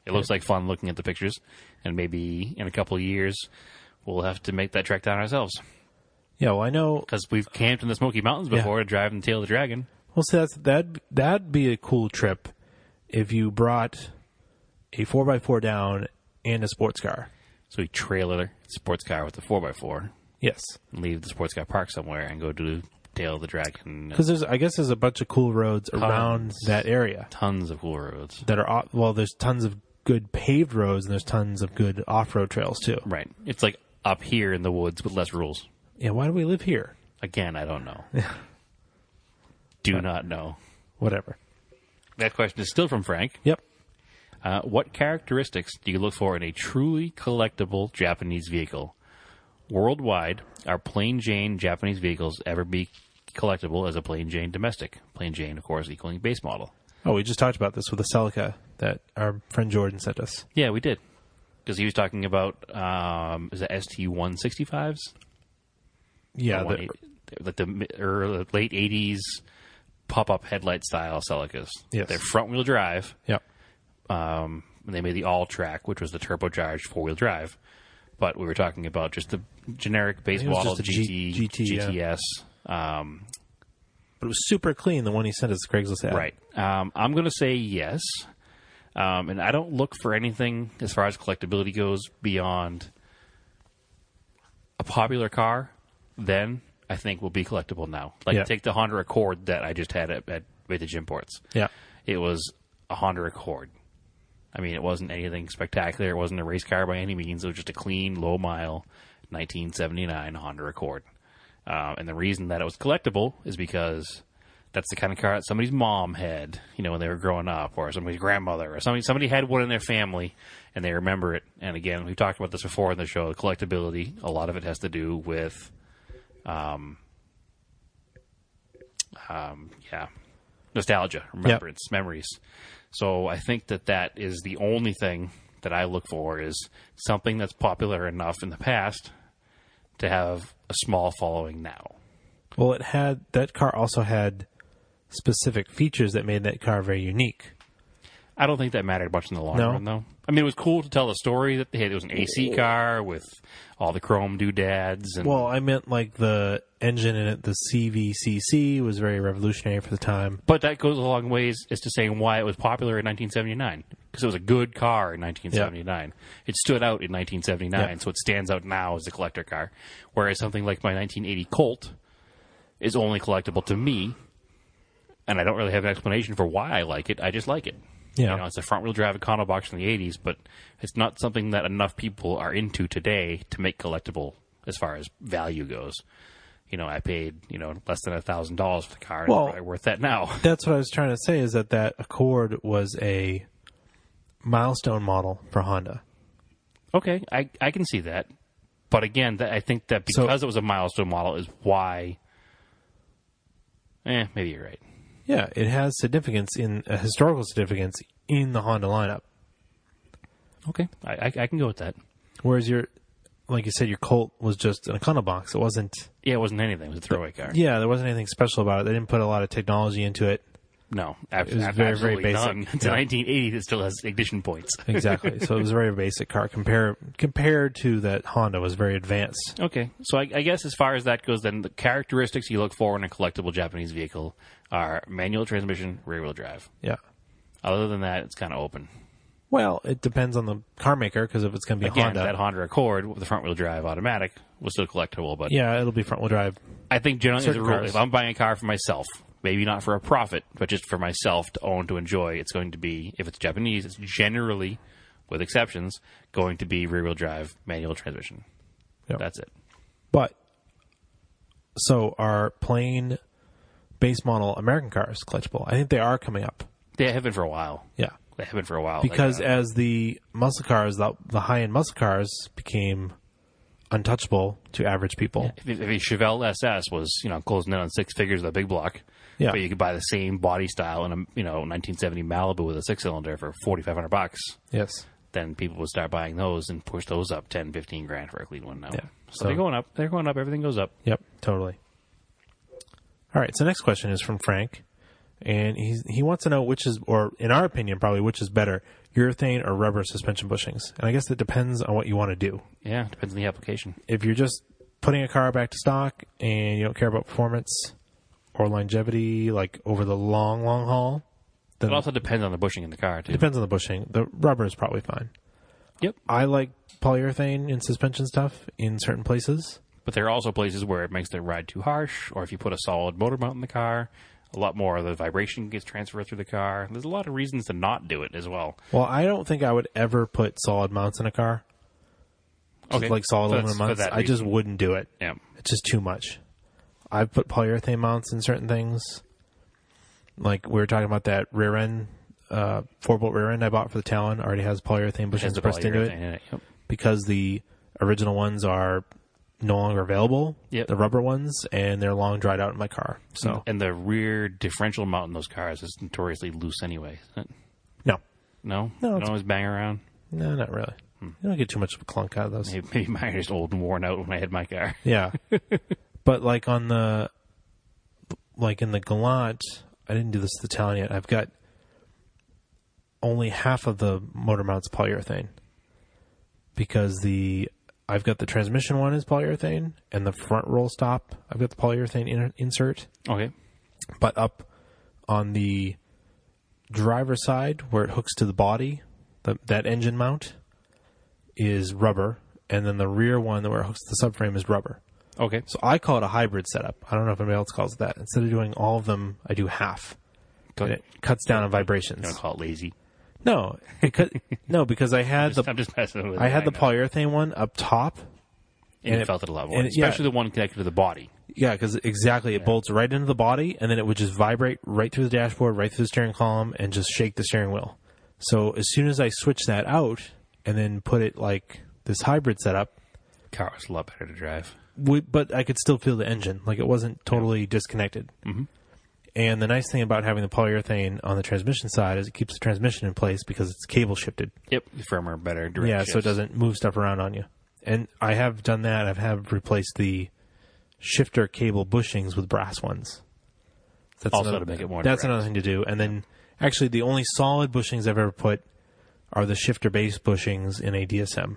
Speaker 2: It looks like fun looking at the pictures, and maybe in a couple of years we'll have to make that trek down ourselves
Speaker 1: yeah. Well, I know.
Speaker 2: because we've camped in the Smoky Mountains
Speaker 1: Yeah.
Speaker 2: before, driving the tail of the dragon.
Speaker 1: Well, see, that's that that'd be a cool trip if you brought a four x four down and a sports car.
Speaker 2: So we trailer the sports car with the four x four,
Speaker 1: Yes,
Speaker 2: and leave the sports car parked somewhere, and go to tail of the dragon.
Speaker 1: because there's I guess there's a bunch of cool roads around
Speaker 2: Tons.
Speaker 1: that area
Speaker 2: Tons of cool roads.
Speaker 1: that are off, well. There's tons of good paved roads and there's tons of good off road trails too.
Speaker 2: Right. It's like up here in the woods with less rules.
Speaker 1: Yeah, why do we live here?
Speaker 2: Again, I don't know. Do not know.
Speaker 1: Whatever.
Speaker 2: That question is still from Frank.
Speaker 1: Yep.
Speaker 2: Uh, what characteristics do you look for in a truly collectible Japanese vehicle? Worldwide, are plain Jane Japanese vehicles ever be collectible as a plain Jane domestic? Plain Jane, of course, equaling base model.
Speaker 1: Oh, we just talked about this with the Celica that our friend Jordan sent us.
Speaker 2: Yeah, we did. Because he was talking about um, is it ST one sixty fives?
Speaker 1: Yeah, the,
Speaker 2: like the mi- or late eighties pop up headlight style Celicas.
Speaker 1: Yes.
Speaker 2: they're front wheel drive.
Speaker 1: yep.
Speaker 2: um, and they made the all track, which was the turbocharged four wheel drive. But we were talking about just the generic base
Speaker 1: it was
Speaker 2: model
Speaker 1: just a G-
Speaker 2: GT,
Speaker 1: GT, yeah.
Speaker 2: GTS. Um,
Speaker 1: But it was super clean. The one he sent us, the Craigslist ad.
Speaker 2: right. Um, I'm going to say yes. Um, and I don't look for anything as far as collectability goes beyond a popular car, then I think will be collectible now. Like
Speaker 1: Yeah.
Speaker 2: take the Honda Accord that I just had at, at Vintage Imports.
Speaker 1: Yeah.
Speaker 2: it was a Honda Accord. I mean, it wasn't anything spectacular. It wasn't a race car by any means. It was just a clean, low mile 1979 Honda Accord. Um, and the reason that it was collectible is because that's the kind of car that somebody's mom had, you know, when they were growing up, or somebody's grandmother, or somebody somebody had one in their family, and they remember it. And again, we've talked about this before in the show. The collectability, a lot of it has to do with, um, um, yeah, nostalgia, remembrance, memories. So I think that that is the only thing that I look for is something that's popular enough in the past to have a small following now.
Speaker 1: Well, it had that car also had specific features that made that car very unique.
Speaker 2: I don't think that mattered much in the long
Speaker 1: No?
Speaker 2: run, though. I mean, it was cool to tell the story that hey, it was an AC car with all the chrome doodads and
Speaker 1: Well, I meant like the engine in it, the CVCC, was very revolutionary for the time.
Speaker 2: But that goes a long ways as to saying why it was popular in 1979 because it was a good car in 1979. It stood out in 1979,
Speaker 1: Yeah.
Speaker 2: so it stands out now as a collector car. Whereas something like my 1980 Colt is only collectible to me, and I don't really have an explanation for why I like it. I just like it.
Speaker 1: Yeah.
Speaker 2: You know, it's a front wheel drive econo box in the 80s, but it's not something that enough people are into today to make collectible as far as value goes. You know, I paid, you know, less than a thousand dollars for the car. and
Speaker 1: Well-
Speaker 2: it's probably worth that now.
Speaker 1: That's what I was trying to say is that that Accord was a milestone model for Honda.
Speaker 2: Okay, I, I can see that. But again, that, I think that
Speaker 1: So-
Speaker 2: because it was a milestone model is why. Eh, maybe you're right.
Speaker 1: Yeah, it has significance in a historical significance in the Honda lineup.
Speaker 2: Okay, I, I, I can go with that.
Speaker 1: Whereas your, like you said, your Colt was just an econo box. It wasn't.
Speaker 2: Yeah, it wasn't anything. It was a throwaway car.
Speaker 1: Yeah, there wasn't anything special about it. They didn't put a lot of technology into it.
Speaker 2: No, ab-
Speaker 1: was
Speaker 2: ab-
Speaker 1: very, very
Speaker 2: absolutely
Speaker 1: basic.
Speaker 2: none. It's a
Speaker 1: Yeah.
Speaker 2: 1980 that still has ignition points.
Speaker 1: Exactly. so it was a very basic car compared compared to that Honda was very advanced.
Speaker 2: Okay, so I, I guess as far as that goes, then the characteristics you look for in a collectible Japanese vehicle are manual transmission, rear wheel drive.
Speaker 1: Yeah.
Speaker 2: Other than that, it's kind of open.
Speaker 1: Well, it depends on the car maker because if it's going to be a
Speaker 2: Again,
Speaker 1: Honda,
Speaker 2: that Honda Accord with the front wheel drive automatic was still collectible, but
Speaker 1: yeah, it'll be front wheel drive.
Speaker 2: I think generally as a
Speaker 1: Certain
Speaker 2: rule,
Speaker 1: cars.
Speaker 2: if I'm buying a car for myself, maybe not for a profit, but just for myself to own to enjoy, it's going to be if it's Japanese, it's generally, with exceptions, going to be rear wheel drive manual transmission.
Speaker 1: Yeah.
Speaker 2: That's it.
Speaker 1: But So our plain base model American cars clutchable. I think they are coming up.
Speaker 2: They haven't for a while.
Speaker 1: Yeah.
Speaker 2: They haven't for a while. Like,
Speaker 1: because
Speaker 2: uh,
Speaker 1: as the muscle cars, the, the high end muscle cars became untouchable to average people.
Speaker 2: if, if a Chevelle SS was you know closing in on six figures with a big block,
Speaker 1: Yeah.
Speaker 2: but you could buy the same body style in a you know 1970 Malibu with a six cylinder for 4,500 bucks,
Speaker 1: Yes.
Speaker 2: then people would start buying those and push those up 10, 15 grand for a clean one now.
Speaker 1: Yeah.
Speaker 2: So, they're
Speaker 1: So-
Speaker 2: going up. They're going up. Everything goes up.
Speaker 1: Yep. Totally. All right. So next question is from Frank, and he's, he wants to know which is, or in our opinion, probably which is better, urethane or rubber suspension bushings. And I guess that depends on what you want to do.
Speaker 2: Yeah, depends on the application.
Speaker 1: if you're just putting a car back to stock and you don't care about performance or longevity, like over the long, long haul, then
Speaker 2: It
Speaker 1: it
Speaker 2: also depends on the bushing in the car too.
Speaker 1: depends on the bushing. The rubber is probably fine.
Speaker 2: Yep.
Speaker 1: I like polyurethane and suspension stuff in certain places.
Speaker 2: But there are also places where it makes the ride too harsh, or if you put a solid motor mount in the car, a lot more of the vibration gets transferred through the car. There's a lot of reasons to not do it as well.
Speaker 1: Well, I don't think I would ever put solid mounts in a car. Just like solid
Speaker 2: So that's
Speaker 1: aluminum
Speaker 2: for
Speaker 1: mounts.
Speaker 2: that
Speaker 1: I just wouldn't do it.
Speaker 2: Yeah.
Speaker 1: It's just too much. I've put polyurethane mounts in certain things. Like we were talking about that rear end, uh, four bolt rear end I bought for the Talon already has polyurethane bushings
Speaker 2: the
Speaker 1: pressed into
Speaker 2: polyurethane
Speaker 1: it.
Speaker 2: in it. Yep.
Speaker 1: because the original ones are no longer available.
Speaker 2: Yep.
Speaker 1: The rubber ones, and they're long dried out in my car. So
Speaker 2: And the rear differential mount in those cars is notoriously loose anyway. isn't it?
Speaker 1: no,
Speaker 2: No?
Speaker 1: No,
Speaker 2: It
Speaker 1: it's-
Speaker 2: always bang around.
Speaker 1: no, not really. You don't get too much of a clunk out of those.
Speaker 2: Hmm. Maybe, maybe mine are just old and worn out when I had my car.
Speaker 1: Yeah, but like on the like in the Gallant, I didn't do this to the Talon yet. I've got only half of the motor mounts polyurethane because the I've got the transmission one is polyurethane, and the front roll stop I've got the polyurethane in, insert.
Speaker 2: Okay.
Speaker 1: but up on the driver's side where it hooks to the body, the, that engine mount is rubber, and then the rear one where it hooks to the subframe is rubber.
Speaker 2: Okay.
Speaker 1: So I call it a hybrid setup. I don't know if anybody else calls it that. Instead of doing all of them, I do half. And it cuts down on
Speaker 2: Don't
Speaker 1: vibrations.
Speaker 2: call it lazy.
Speaker 1: No, it cut- no, because I had the
Speaker 2: I'm just messing with
Speaker 1: I had the
Speaker 2: know.
Speaker 1: polyurethane one up top. and
Speaker 2: And it
Speaker 1: it-
Speaker 2: felt it a lot more.
Speaker 1: and it- yeah.
Speaker 2: Especially the one connected to the body.
Speaker 1: Yeah, because exactly, it bolts right into the body, and then it would just vibrate right through the dashboard, right through the steering column, and just shake the steering wheel. So as soon as I switch that out and then put it like this hybrid setup,
Speaker 2: Car was a lot better to drive.
Speaker 1: we, but I could still feel the engine, like it wasn't totally disconnected. Mm-hmm. And the nice thing about having the polyurethane on the transmission side is it keeps the transmission in place because it's cable shifted.
Speaker 2: Yep. Firmer, better, direct
Speaker 1: Yeah, so it
Speaker 2: shifts.
Speaker 1: doesn't move stuff around on you. And I have done that. I've have replaced the shifter cable bushings with brass ones. That's
Speaker 2: Also to make it more
Speaker 1: That's
Speaker 2: direct.
Speaker 1: another thing to do. And then actually, the only solid bushings I've ever put are the shifter base bushings in a DSM.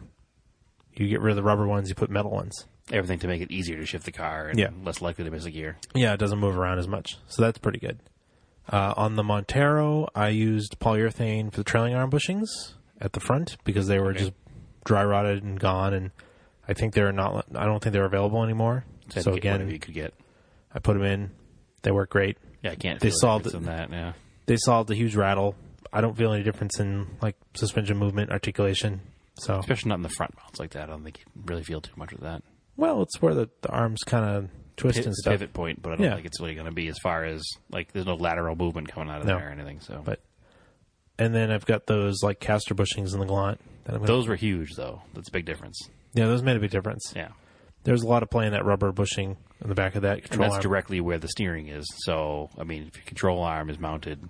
Speaker 1: You get rid of the rubber ones. You put metal ones.
Speaker 2: everything to make it easier to shift the car and
Speaker 1: Yeah.
Speaker 2: less likely to miss a gear.
Speaker 1: Yeah, it doesn't move around as much. So that's pretty good. Uh, on the Montero, I used polyurethane for the trailing arm bushings at the front because they were just dry rotted and gone, and I think they're not. I don't think they're available anymore.
Speaker 2: So,
Speaker 1: So
Speaker 2: whatever you
Speaker 1: again,
Speaker 2: could get.
Speaker 1: I put them in. They work great.
Speaker 2: Yeah, I can't.
Speaker 1: They
Speaker 2: feel a
Speaker 1: solved
Speaker 2: difference in that. Yeah,
Speaker 1: They solved a huge rattle. I don't feel any difference in like suspension movement, articulation. So
Speaker 2: especially not in the front mounts like that. I don't think you really feel too much of that.
Speaker 1: well, it's where the, the arms kind of twist
Speaker 2: It's
Speaker 1: and
Speaker 2: a
Speaker 1: stuff.
Speaker 2: pivot point, but I don't
Speaker 1: Yeah.
Speaker 2: think it's really going to be as far as like there's no lateral movement coming out of
Speaker 1: No.
Speaker 2: there or anything. So,
Speaker 1: But And then I've got those like caster bushings in the Gallant. That I'm gonna,
Speaker 2: those were huge, though. That's a big difference.
Speaker 1: yeah, those made a big difference.
Speaker 2: Yeah,
Speaker 1: There's a lot of play in that rubber bushing in the back of that
Speaker 2: and
Speaker 1: control
Speaker 2: that's
Speaker 1: arm.
Speaker 2: directly where the steering is. So, I mean, if your control arm is mounted,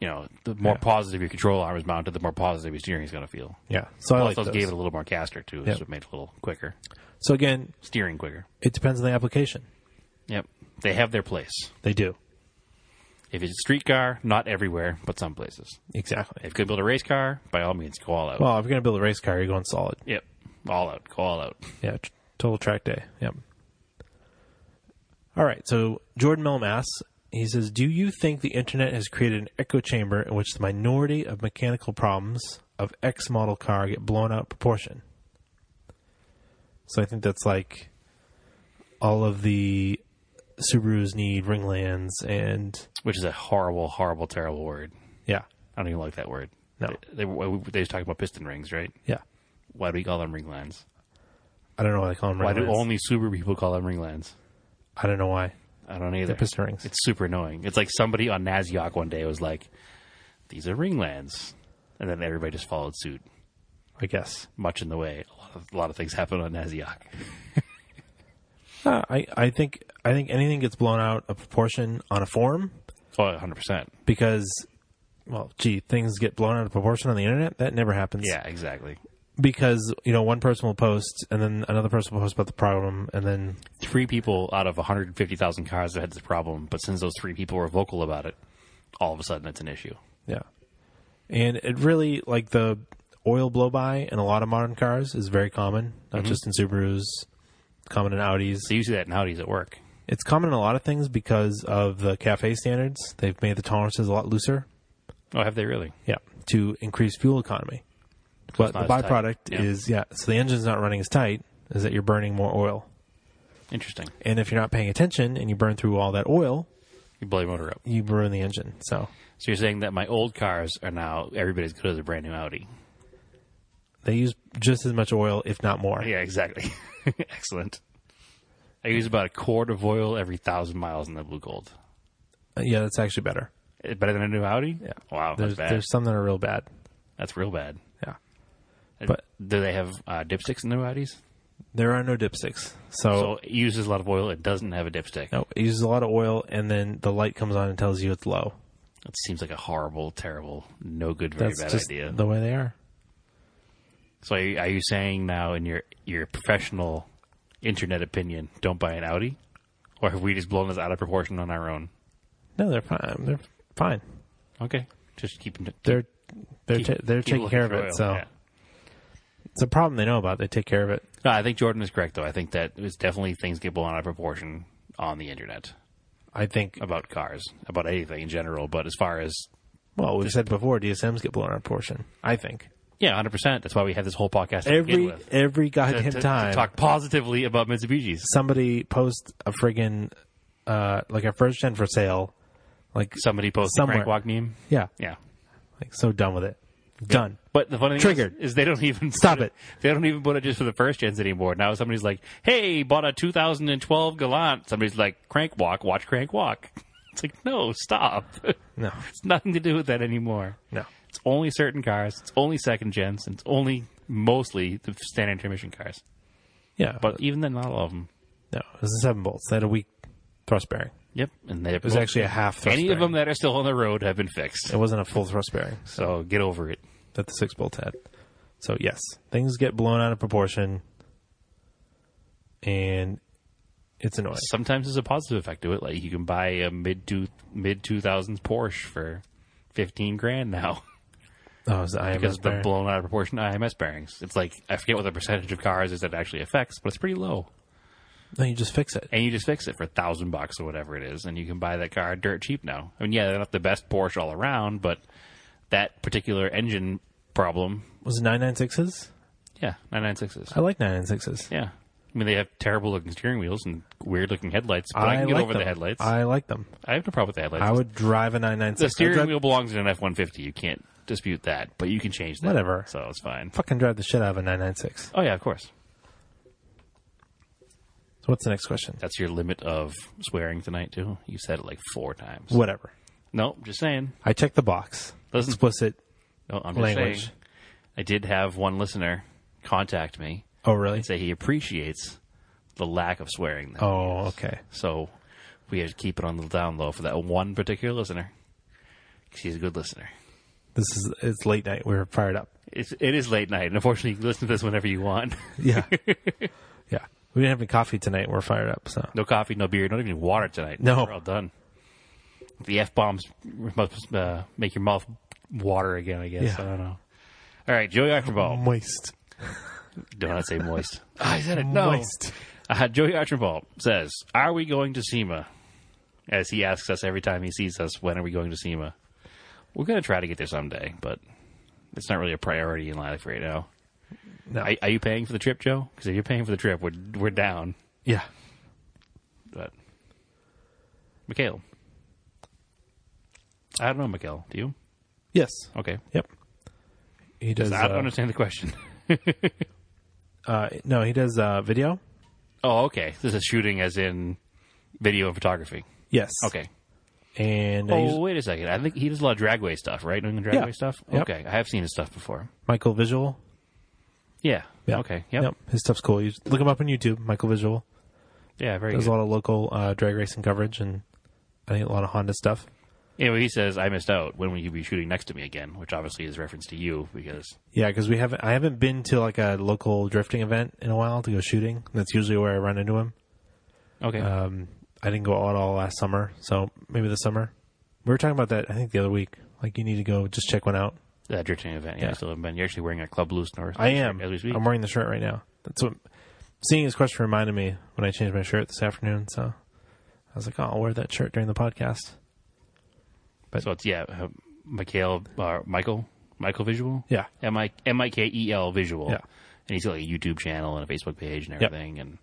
Speaker 2: you know, the more
Speaker 1: Yeah.
Speaker 2: positive your control arm is mounted, the more positive your steering is going to feel.
Speaker 1: yeah, so I
Speaker 2: Plus,
Speaker 1: like
Speaker 2: those
Speaker 1: those.
Speaker 2: gave it a little more caster too,
Speaker 1: Yep.
Speaker 2: so it made it a little quicker
Speaker 1: so again,
Speaker 2: steering, quicker.
Speaker 1: it depends on the application.
Speaker 2: Yep, they have their place.
Speaker 1: They do
Speaker 2: If it's a street car, not everywhere, but some places.
Speaker 1: exactly.
Speaker 2: If you could build a race car, by all means, go all out.
Speaker 1: Well, if you're gonna build a race car, you're going solid.
Speaker 2: yep, all out, go all out.
Speaker 1: Yeah, t- total track day. Yep. All right. So Jordan Millam asks, he says, "Do you think the internet has created an echo chamber in which the minority of mechanical problems of X model car get blown out of proportion?" So I think that's like all of the Subarus need ring lands and
Speaker 2: Which is a horrible, horrible, terrible word.
Speaker 1: yeah,
Speaker 2: I don't even like that word.
Speaker 1: No.
Speaker 2: They, they, were- they was talking about piston rings, right?
Speaker 1: yeah.
Speaker 2: Why do we call them ring lines?
Speaker 1: I don't know why they call them ring
Speaker 2: Why do
Speaker 1: lights.
Speaker 2: only Subaru people call them ring lands?
Speaker 1: I don't know why.
Speaker 2: I don't either.
Speaker 1: piston rings.
Speaker 2: It's super annoying. It's like somebody on Nasdaq one day was like, "These are ring lands," and then everybody just followed suit.
Speaker 1: I guess.
Speaker 2: Much in the way a lot of a lot of things happen on Nasdaq.
Speaker 1: Uh, I I think I think anything gets blown out of proportion on a forum
Speaker 2: Oh, 100 percent.
Speaker 1: because, well, gee, things get blown out of proportion on the internet. That never happens.
Speaker 2: Yeah, exactly.
Speaker 1: Because you know, one person will post, and then another person will post about the problem, and then
Speaker 2: Three people out of 150,000 cars that had this problem, but since those three people were vocal about it, all of a sudden it's an issue.
Speaker 1: yeah, and it really like the oil blow by in a lot of modern cars is very common, not just in Subarus, common in Audis.
Speaker 2: So you see that in Audis at work.
Speaker 1: It's common in a lot of things because of the cafe standards. They've made the tolerances a lot looser.
Speaker 2: Oh, have they really?
Speaker 1: Yeah. To increase fuel economy. But the
Speaker 2: not as tight.
Speaker 1: byproduct
Speaker 2: Yeah.
Speaker 1: is, yeah, so the engine's not running as tight, is that you're burning more oil.
Speaker 2: Interesting.
Speaker 1: And if you're not paying attention and you burn through all that oil,
Speaker 2: You blow your motor up.
Speaker 1: you ruin the engine. So
Speaker 2: So you're saying that my old cars are now every bit as good as a brand new Audi.
Speaker 1: they use just as much oil, if not more.
Speaker 2: Yeah, exactly. Excellent. I use about a quart of oil every thousand miles in the Blue Gold.
Speaker 1: Uh, yeah that's actually better.
Speaker 2: Eh, Better than a new Audi?
Speaker 1: Yeah.
Speaker 2: Wow,
Speaker 1: There's,
Speaker 2: that's bad.
Speaker 1: there's some that are real bad.
Speaker 2: That's real bad.
Speaker 1: Yeah.
Speaker 2: But
Speaker 1: But-
Speaker 2: do they have uh, dipsticks in their Audis?
Speaker 1: There are no dipsticks. So,
Speaker 2: So it uses a lot of oil. It doesn't have a dipstick.
Speaker 1: no, it uses a lot of oil, and then the light comes on and tells you it's low.
Speaker 2: It seems like a horrible, terrible, no good, very
Speaker 1: That's
Speaker 2: bad
Speaker 1: just
Speaker 2: idea.
Speaker 1: the way they are.
Speaker 2: so are you, are you saying now in your your professional internet opinion, don't buy an Audi? Or have we just blown this out of proportion on our own?
Speaker 1: No, they're fine. They're fine.
Speaker 2: Okay. Just keep keep-
Speaker 1: They're they're
Speaker 2: keep-
Speaker 1: ta- they're
Speaker 2: keep
Speaker 1: taking
Speaker 2: looking
Speaker 1: care of
Speaker 2: for
Speaker 1: it.
Speaker 2: oil.
Speaker 1: So
Speaker 2: Yeah.
Speaker 1: it's a problem they know about. They take care of it.
Speaker 2: No, I think Jordan is correct, though. I think that it's definitely things get blown out of proportion on the internet
Speaker 1: I think.
Speaker 2: about cars, about anything in general. But as far as
Speaker 1: Well, we've said before, DSMs get blown out of proportion. I think
Speaker 2: yeah, hundred percent. That's why we have this whole podcast to begin
Speaker 1: every
Speaker 2: with.
Speaker 1: every
Speaker 2: To-
Speaker 1: goddamn
Speaker 2: to- to
Speaker 1: time
Speaker 2: talk positively about Mitsubishi's.
Speaker 1: somebody posts a friggin' uh, like a first gen for sale. Like
Speaker 2: Somebody posted
Speaker 1: Somewhere.
Speaker 2: a crankwalk meme.
Speaker 1: yeah,
Speaker 2: Yeah,
Speaker 1: like so done with it. Done.
Speaker 2: but the funny thing
Speaker 1: Triggered.
Speaker 2: Is, is they don't even
Speaker 1: Stop
Speaker 2: put
Speaker 1: it.
Speaker 2: They don't even put it just for the first gens anymore. Now somebody's like, "Hey, bought a 2012 Galant." Somebody's like, "Crankwalk, watch Crankwalk." It's like, no, stop.
Speaker 1: No,
Speaker 2: it's nothing to do with that anymore.
Speaker 1: no.
Speaker 2: It's only certain cars. It's only second gens. And it's only mostly the standard transmission cars.
Speaker 1: Yeah,
Speaker 2: But even then, not all of them.
Speaker 1: no. It was a seven bolts. They had a weak thrust bearing.
Speaker 2: Yep. And they,
Speaker 1: It was actually a half. Thrust
Speaker 2: any of them
Speaker 1: bearing.
Speaker 2: that are still on the road have been fixed.
Speaker 1: It wasn't a full thrust bearing.
Speaker 2: So get over it.
Speaker 1: that the six bolt had. So yes, things get blown out of proportion, and it's annoying.
Speaker 2: Sometimes there's a positive effect to it. Like you can buy a mid two mid two thousands Porsche for fifteen grand now
Speaker 1: Oh, is the IMS
Speaker 2: because of the
Speaker 1: bearing?
Speaker 2: blown out of proportion IMS bearings. It's like I forget what the percentage of cars is that it actually affects, but it's pretty low.
Speaker 1: no, you just fix it.
Speaker 2: and you just fix it for a thousand bucks or whatever it is, and you can buy that car dirt cheap now. I mean, yeah, they're not the best Porsche all around, but that particular engine problem,
Speaker 1: Was it nine nine sixes?
Speaker 2: yeah, nine nine sixes,
Speaker 1: I like nine nine sixes.
Speaker 2: yeah. I mean, they have terrible looking steering wheels and weird looking headlights, but I, can get
Speaker 1: like
Speaker 2: over
Speaker 1: them.
Speaker 2: the headlights. I,
Speaker 1: I like them.
Speaker 2: have no problem with the headlights.
Speaker 1: I would drive a nine nine
Speaker 2: the
Speaker 1: six.
Speaker 2: steering wheel belongs in an F one fifty. You can't dispute that, but you can change that.
Speaker 1: Whatever.
Speaker 2: so it's fine.
Speaker 1: Fucking drive the shit out of a nine nine six.
Speaker 2: Oh yeah, of course.
Speaker 1: So what's the next question?
Speaker 2: That's your limit of swearing tonight too. You said it like four times.
Speaker 1: Whatever.
Speaker 2: No, just saying.
Speaker 1: I checked the box.
Speaker 2: Listen.
Speaker 1: Explicit.
Speaker 2: No, Oh, I'm just
Speaker 1: Language.
Speaker 2: saying. I did have one listener contact me
Speaker 1: Oh really?
Speaker 2: and say he appreciates the lack of swearing. That
Speaker 1: Oh okay.
Speaker 2: So we had to keep it on the down low for that one particular listener. 'Cause He's a good listener.
Speaker 1: This is it's late night. We were fired up.
Speaker 2: It's, it is late night, and unfortunately, you can listen to this whenever you want.
Speaker 1: Yeah. yeah. We didn't have any coffee tonight. We're fired up. So
Speaker 2: No coffee, no beer, not even water tonight.
Speaker 1: No.
Speaker 2: We're all done. The F bombs must uh, make your mouth water again, I
Speaker 1: Yeah.
Speaker 2: guess. I don't know. All right, Joey Archibald.
Speaker 1: moist.
Speaker 2: Do not say moist. I said it. No.
Speaker 1: Moist.
Speaker 2: Uh, Joey Archibald says, "Are we going to SEMA?" As he asks us every time he sees us, "When are we going to SEMA?" We're going to try to get there someday, but it's not really a priority in life right now.
Speaker 1: No.
Speaker 2: Are, are you paying for the trip, Joe? Because if you're paying for the trip, we're we're down.
Speaker 1: Yeah.
Speaker 2: But Mikhail, I don't know, Mikhail. Do you?
Speaker 1: Yes.
Speaker 2: Okay,
Speaker 1: Yep. He does.
Speaker 2: I don't
Speaker 1: uh,
Speaker 2: understand the question.
Speaker 1: Uh, no, he does uh, video.
Speaker 2: Oh, okay. This is shooting as in video and photography.
Speaker 1: Yes.
Speaker 2: Okay.
Speaker 1: And uh,
Speaker 2: Oh,
Speaker 1: he's
Speaker 2: wait a second. I think he does a lot of dragway stuff, right? Doing dragway
Speaker 1: Yeah.
Speaker 2: stuff.
Speaker 1: Yep.
Speaker 2: Okay, I have seen his stuff before.
Speaker 1: Michael Visual.
Speaker 2: Yeah.
Speaker 1: Yeah.
Speaker 2: Okay. Yep.
Speaker 1: His stuff's cool. You just look him up on YouTube. Michael Visual
Speaker 2: Yeah. Very
Speaker 1: does
Speaker 2: good.
Speaker 1: a lot of local uh, drag racing coverage and I think a lot of Honda stuff.
Speaker 2: Anyway, he says, "I missed out. When will you be shooting next to me again?" Which obviously is reference to you because
Speaker 1: Yeah, because we haven't. I haven't been to like a local drifting event in a while to go shooting. That's usually where I run into him.
Speaker 2: okay,
Speaker 1: Um, I didn't go out at all last summer, so maybe this summer. We were talking about that. I think the other week. Like you need to go just check one out.
Speaker 2: that drifting event. Yeah,
Speaker 1: yeah.
Speaker 2: I still haven't been. You're actually wearing a Club Loose North.
Speaker 1: I am.
Speaker 2: As we speak.
Speaker 1: I'm wearing the shirt right now. That's what seeing his question reminded me when I changed my shirt this afternoon. So I was like, oh, I'll wear that shirt during the podcast.
Speaker 2: so it's yeah, uh, Michael, uh, Michael, Michael Visual.
Speaker 1: Yeah,
Speaker 2: M I M I K E L Visual.
Speaker 1: Yeah.
Speaker 2: And he's got like a YouTube channel and a Facebook page and everything, and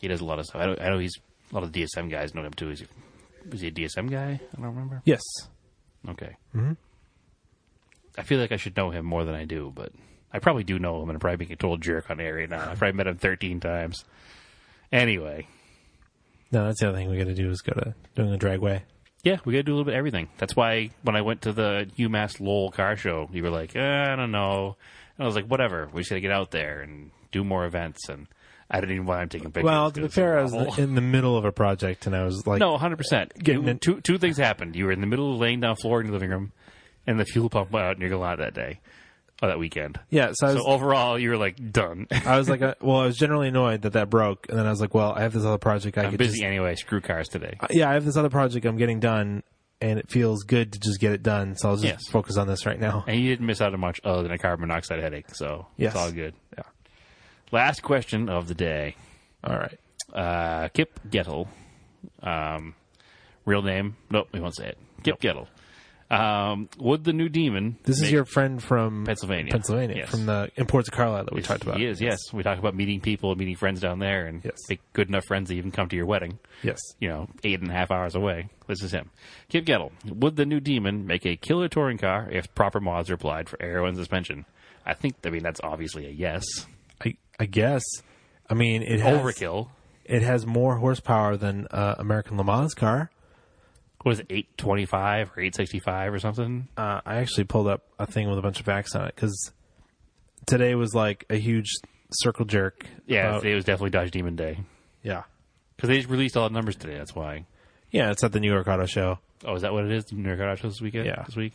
Speaker 2: he does a lot of stuff. I, don't, I know he's a lot of the DSM guys know him too. Is he, is he a DSM guy? I don't remember.
Speaker 1: Yes.
Speaker 2: Okay. Mm-hmm. I feel like I should know him more than I do, but I probably do know him, and I'm probably being a total jerk on air right now. I've probably met him 13 times. Anyway,
Speaker 1: No, that's the other thing we got to do is go to doing the dragway.
Speaker 2: yeah, we got to do a little bit of everything. That's why when I went to the UMass Lowell car show, you were like, eh, I don't know. And I was like, whatever. We just got to get out there and do more events. And I didn't even want him taking pictures.
Speaker 1: Well, to be
Speaker 2: 'cause
Speaker 1: fair, I
Speaker 2: it's
Speaker 1: was
Speaker 2: a novel.
Speaker 1: in the middle of a project, and I was like,
Speaker 2: No, hundred percent.
Speaker 1: Getting in-
Speaker 2: Two two things happened. You were in the middle of laying down floor in your living room, and the fuel pump went out in your lot that day, or that weekend.
Speaker 1: yeah. So I was,
Speaker 2: So overall, you were like done.
Speaker 1: I was like, uh, well, I was generally annoyed that that broke, and then I was like, well, I have this other project I
Speaker 2: I'm
Speaker 1: could
Speaker 2: busy
Speaker 1: just,
Speaker 2: anyway. Screw cars today.
Speaker 1: yeah, I have this other project I'm getting done, and it feels good to just get it done. So I'll just
Speaker 2: Yes.
Speaker 1: focus on this right now.
Speaker 2: And you didn't miss out on much other than a carbon monoxide headache. So
Speaker 1: Yes.
Speaker 2: it's all good.
Speaker 1: Yeah.
Speaker 2: Last question of the day.
Speaker 1: All right.
Speaker 2: Uh, Kip Gettle, um, real name? Nope, we won't say it. Kip Gettle. Um, would the new demon?
Speaker 1: This is
Speaker 2: make-
Speaker 1: your friend from
Speaker 2: Pennsylvania.
Speaker 1: Pennsylvania,
Speaker 2: Yes.
Speaker 1: from the imports of Carlisle that we talked about.
Speaker 2: He is. Yes, we talk about meeting people, meeting friends down there, and
Speaker 1: Yes.
Speaker 2: make good enough friends to even come to your wedding.
Speaker 1: Yes.
Speaker 2: you know, eight and a half hours away. This is him. Kip Gettle. Would the new Demon make a killer touring car if proper mods are applied for aero and suspension? I think, I mean, that's obviously a yes.
Speaker 1: I, I guess. I mean, it has
Speaker 2: Overkill.
Speaker 1: it has more horsepower than uh, American Le Mans car.
Speaker 2: What is it, 825 or 865 or something?
Speaker 1: Uh, I actually pulled up a thing with a bunch of facts on it because today was like a huge circle jerk.
Speaker 2: Yeah,
Speaker 1: about-
Speaker 2: today was definitely Dodge Demon Day.
Speaker 1: yeah,
Speaker 2: Because they just released all the numbers today, that's why.
Speaker 1: yeah. It's at the New York Auto Show.
Speaker 2: Oh, is that what it is? New York Auto Show this weekend?
Speaker 1: Yeah.
Speaker 2: This week?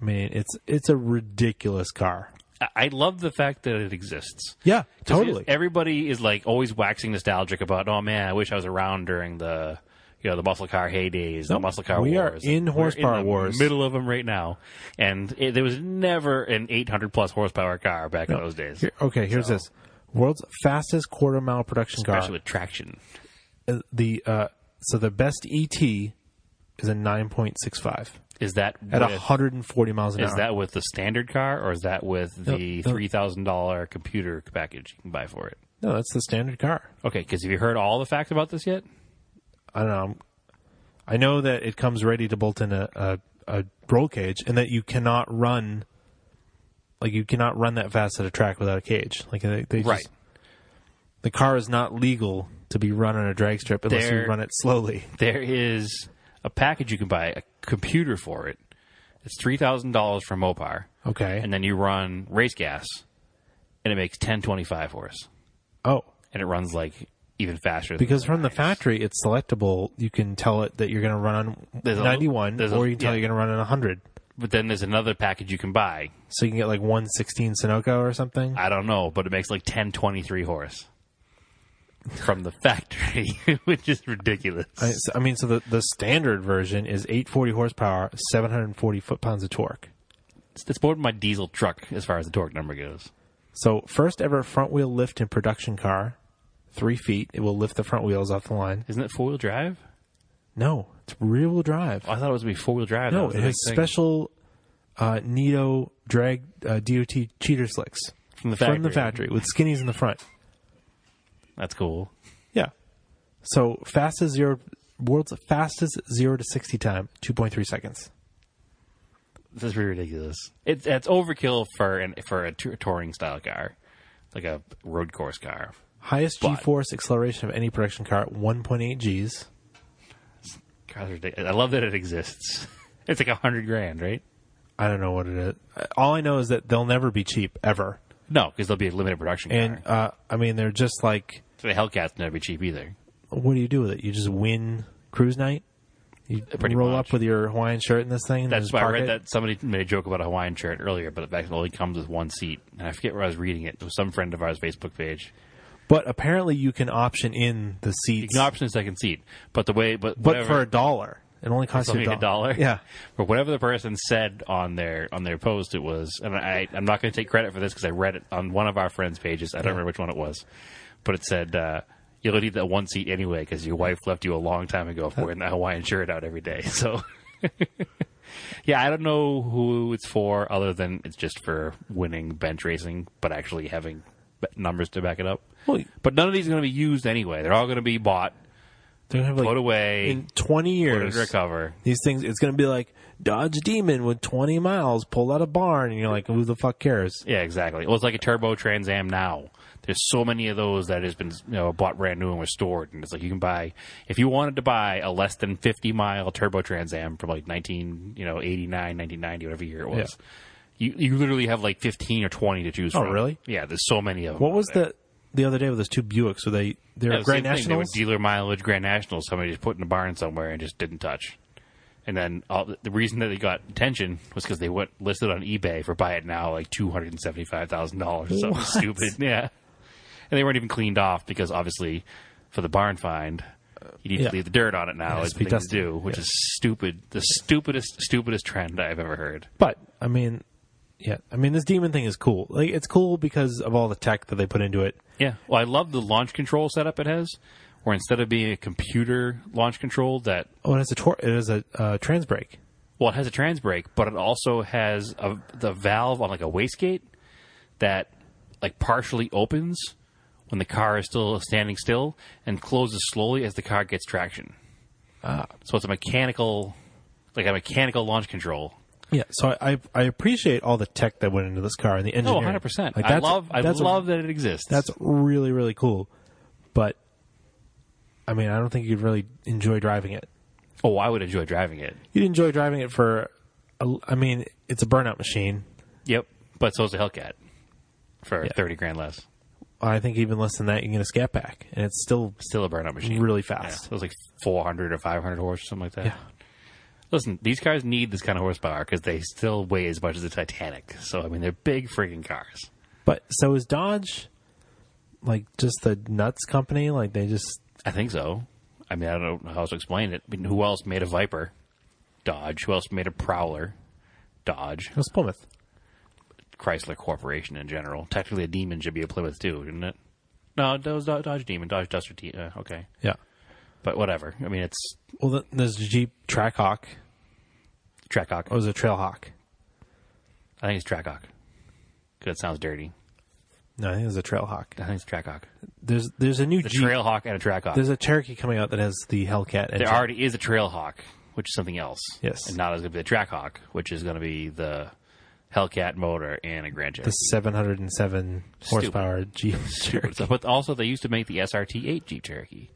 Speaker 1: I mean, it's it's a ridiculous car.
Speaker 2: I, I love the fact that it exists.
Speaker 1: Yeah,
Speaker 2: 'Cause
Speaker 1: totally.
Speaker 2: Everybody is like always waxing nostalgic about, oh man, I wish I was around during the, you know, the muscle car heydays, the
Speaker 1: Nope.
Speaker 2: muscle car
Speaker 1: We are
Speaker 2: wars.
Speaker 1: in
Speaker 2: We're
Speaker 1: horsepower
Speaker 2: the
Speaker 1: wars.
Speaker 2: Middle of them right now, and it, there was never an 800 plus horsepower car back in those days,
Speaker 1: Here- okay, here's this world's fastest quarter mile production car.
Speaker 2: especially with traction.
Speaker 1: Uh, the uh, so the best ET is a nine point six five
Speaker 2: Is that
Speaker 1: at
Speaker 2: with,
Speaker 1: hundred and forty miles an
Speaker 2: is
Speaker 1: hour.
Speaker 2: that with the standard car, or is that with the
Speaker 1: No, no.
Speaker 2: three thousand dollar computer package you can buy for it?
Speaker 1: no, that's the standard car.
Speaker 2: Okay, because have you heard all the facts about this yet?
Speaker 1: I don't know. I'm- I know that it comes ready to bolt in a, a, a roll cage, and that you cannot run like you cannot run that fast at a track without a cage. Like they, they
Speaker 2: Right.
Speaker 1: just, the car is not legal to be run on a drag strip unless
Speaker 2: There-
Speaker 1: you run it slowly.
Speaker 2: there is a package you can buy a computer for it. It's three thousand dollars from Mopar,
Speaker 1: Okay.
Speaker 2: and then you run race gas, and it makes ten twenty five horse,
Speaker 1: oh,
Speaker 2: and it runs like even faster. Than
Speaker 1: because from the factory, it's selectable. You can tell it that you're going to run on
Speaker 2: There's a-
Speaker 1: 91,
Speaker 2: there's a-
Speaker 1: or you can tell
Speaker 2: yeah.
Speaker 1: you're going to run on 100.
Speaker 2: but then there's another package you can buy.
Speaker 1: So you can get like 116 Sunoco or something.
Speaker 2: I don't know, but it makes like ten twenty three horse from the factory, which is ridiculous.
Speaker 1: I, so- I mean, so the, the standard version is 840 horsepower, 740 foot pounds of torque.
Speaker 2: It's, it's more than my diesel truck as far as the torque number goes.
Speaker 1: So first ever front wheel lift in production car, three feet. It will lift the front wheels off the line.
Speaker 2: Isn't it four wheel drive?
Speaker 1: No, it's rear wheel drive.
Speaker 2: I thought it was gonna be four wheel drive. That
Speaker 1: No,
Speaker 2: was
Speaker 1: it
Speaker 2: the
Speaker 1: has
Speaker 2: big thing.
Speaker 1: special uh, Nito drag uh, DOT cheater slicks
Speaker 2: from the factory.
Speaker 1: from the factory with skinnies in the front.
Speaker 2: That's cool.
Speaker 1: Yeah. So fastest zero, world's fastest zero to sixty time, two point three seconds.
Speaker 2: This is pretty ridiculous. It's it's overkill for an for a tou- touring style car. like a road course car.
Speaker 1: Highest
Speaker 2: But-
Speaker 1: G-force acceleration of any production car, 1.8 Gs.
Speaker 2: God, that's ridiculous. I love that it exists. It's like a hundred grand, right?
Speaker 1: I don't know what it is. All I know is that they'll never be cheap ever.
Speaker 2: No, because they'll be a limited production
Speaker 1: And
Speaker 2: car.
Speaker 1: uh, I mean, they're just like,
Speaker 2: So the Hellcat's never be cheap either.
Speaker 1: what do you do with it? You just win cruise night. You
Speaker 2: Uh, Pretty
Speaker 1: roll
Speaker 2: much.
Speaker 1: up with your Hawaiian shirt in this thing. and
Speaker 2: That's
Speaker 1: just
Speaker 2: why I
Speaker 1: park
Speaker 2: read
Speaker 1: it?
Speaker 2: that somebody made a joke about a Hawaiian shirt earlier, but it actually only comes with one seat. And I forget where I was reading it. It was some friend of ours Facebook page.
Speaker 1: But apparently, you can option in the
Speaker 2: You
Speaker 1: seats,
Speaker 2: can option a second seat, but the way, but
Speaker 1: but
Speaker 2: whatever,
Speaker 1: for a dollar. It only costs you
Speaker 2: something
Speaker 1: a dollar.
Speaker 2: a dollar.
Speaker 1: Yeah,
Speaker 2: But whatever the person said on their on their post, it was, and I, I'm not going to take credit for this because I read it on one of our friends' pages. I don't remember which one it was, but it said uh, you'll need that one seat anyway because your wife left you a long time ago for wearing that Hawaiian shirt out every day. So, yeah, I don't know who it's for other than it's just for winning bench racing, but actually having b- numbers to back it up.
Speaker 1: Well,
Speaker 2: But none of these are going to be used anyway. They're all going to be bought,
Speaker 1: they're gonna have
Speaker 2: put
Speaker 1: like
Speaker 2: away,
Speaker 1: in twenty
Speaker 2: put
Speaker 1: years.
Speaker 2: under cover.
Speaker 1: These things, it's gonna be like Dodge Demon with twenty miles pulled out a barn, and you're like, who the fuck cares?
Speaker 2: Yeah, exactly. Well, it's like a turbo Trans Am now. There's so many of those that has been you know, bought brand new and restored, and it's like you can buy if you wanted to buy a less than 50 mile turbo Trans Am from like 19, you know, 89, 1990, whatever year it was. You you literally have like 15 or 20 to choose
Speaker 1: Oh,
Speaker 2: from.
Speaker 1: really?
Speaker 2: Yeah, there's so many of them.
Speaker 1: What was the the other day with those two Buicks? Were they they were
Speaker 2: Yeah,
Speaker 1: Grand
Speaker 2: the same thing. They were
Speaker 1: Nationals?
Speaker 2: dealer mileage Grand Nationals. Somebody just put in a barn somewhere and just didn't touch. And then all, the- the reason that they got attention was because they went listed on eBay for buy it now like two hundred and seventy five thousand dollars. Something
Speaker 1: What?
Speaker 2: stupid, yeah. And they weren't even cleaned off because obviously for the barn find you need
Speaker 1: Yeah.
Speaker 2: to leave the dirt on it now.
Speaker 1: has
Speaker 2: is
Speaker 1: to
Speaker 2: the
Speaker 1: be
Speaker 2: thing to
Speaker 1: dusty.
Speaker 2: do, which
Speaker 1: Yeah.
Speaker 2: is stupid. The stupidest, stupidest trend I've ever heard.
Speaker 1: But I mean, yeah, I mean this Demon thing is cool. Like it's cool because of all the tech that they put into it.
Speaker 2: Yeah. Well, I love the launch control setup it has, where instead of being a computer launch control that
Speaker 1: Oh, it has a tor- it has a uh, trans brake.
Speaker 2: Well, it has a trans brake, but it also has a, the valve on like a wastegate that like partially opens when the car is still standing still and closes slowly as the car gets traction.
Speaker 1: Ah.
Speaker 2: so it's a mechanical, like a mechanical launch control.
Speaker 1: Yeah, so I, I I appreciate all the tech that went into this car and the
Speaker 2: No,
Speaker 1: engineering.
Speaker 2: 100%.
Speaker 1: Like,
Speaker 2: Oh, I
Speaker 1: that's-
Speaker 2: love, I
Speaker 1: that's a-
Speaker 2: love that it exists.
Speaker 1: That's really really cool, but I mean I don't think you'd really enjoy driving it.
Speaker 2: oh, I would enjoy driving it.
Speaker 1: You'd enjoy driving it for, a, I mean it's a burnout machine.
Speaker 2: Yep. But so is the Hellcat for
Speaker 1: Yeah.
Speaker 2: 30 grand less.
Speaker 1: I think even less than that you can get a scat pack, and it's still
Speaker 2: Still a burnout machine.
Speaker 1: really
Speaker 2: Yeah,
Speaker 1: fast.
Speaker 2: it was like 400 or 500 horse or something like that. Listen, these cars need this kind of horsepower because they still weigh as much as the Titanic. So I mean, they're big freaking cars.
Speaker 1: But so is Dodge, like just the nuts company. Like they just
Speaker 2: I think so. I mean, I don't know how else to explain it. I mean, who else made a Viper? Dodge. Who else made a Prowler? Dodge.
Speaker 1: it was Plymouth.
Speaker 2: Chrysler Corporation in general. Technically, a Demon should be a Plymouth too, shouldn't it? No, that was Do- Dodge Demon. Dodge Duster. T- uh, okay,
Speaker 1: Yeah.
Speaker 2: but whatever. I mean, it's
Speaker 1: Well, th- there's Jeep Trackhawk.
Speaker 2: Trackhawk.
Speaker 1: Or was it Trailhawk?
Speaker 2: I think it's Trackhawk. 'Cause That sounds dirty.
Speaker 1: No, I think it was a Trailhawk.
Speaker 2: I think it's Trackhawk.
Speaker 1: There's there's a new
Speaker 2: The
Speaker 1: Jeep.
Speaker 2: Trailhawk and a Trackhawk.
Speaker 1: There's a Cherokee coming out that has the Hellcat engine.
Speaker 2: There already is a Trailhawk, which is something else.
Speaker 1: Yes.
Speaker 2: And now there's going to be the Trackhawk, which is going to be the Hellcat motor and a Grand
Speaker 1: the
Speaker 2: Cherokee.
Speaker 1: 707 horsepower Jeep. Cherokee.
Speaker 2: So- But also, they used to make the SRT8 Jeep Cherokee,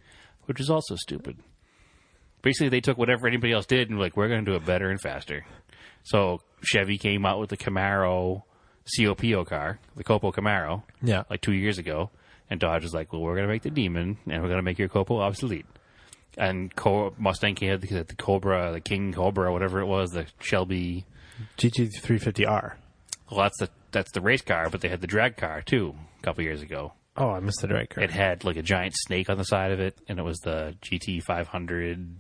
Speaker 2: which is also stupid. Basically, they took whatever anybody else did and were like, we're going to do it better and faster. So Chevy came out with the Camaro COPO car, the Copo Camaro,
Speaker 1: Yeah.
Speaker 2: like two years ago, and Dodge was like, well, we're going to make the Demon and we're going to make your Copo obsolete. And Co- Mustang came out with the- the Cobra, the King Cobra, whatever it was, the Shelby.
Speaker 1: GT350R.
Speaker 2: Well, that's the that's the race car, but they had the drag car too a couple years ago.
Speaker 1: Oh, I missed the drag car.
Speaker 2: It had like a giant snake on the side of it, and it was the GT500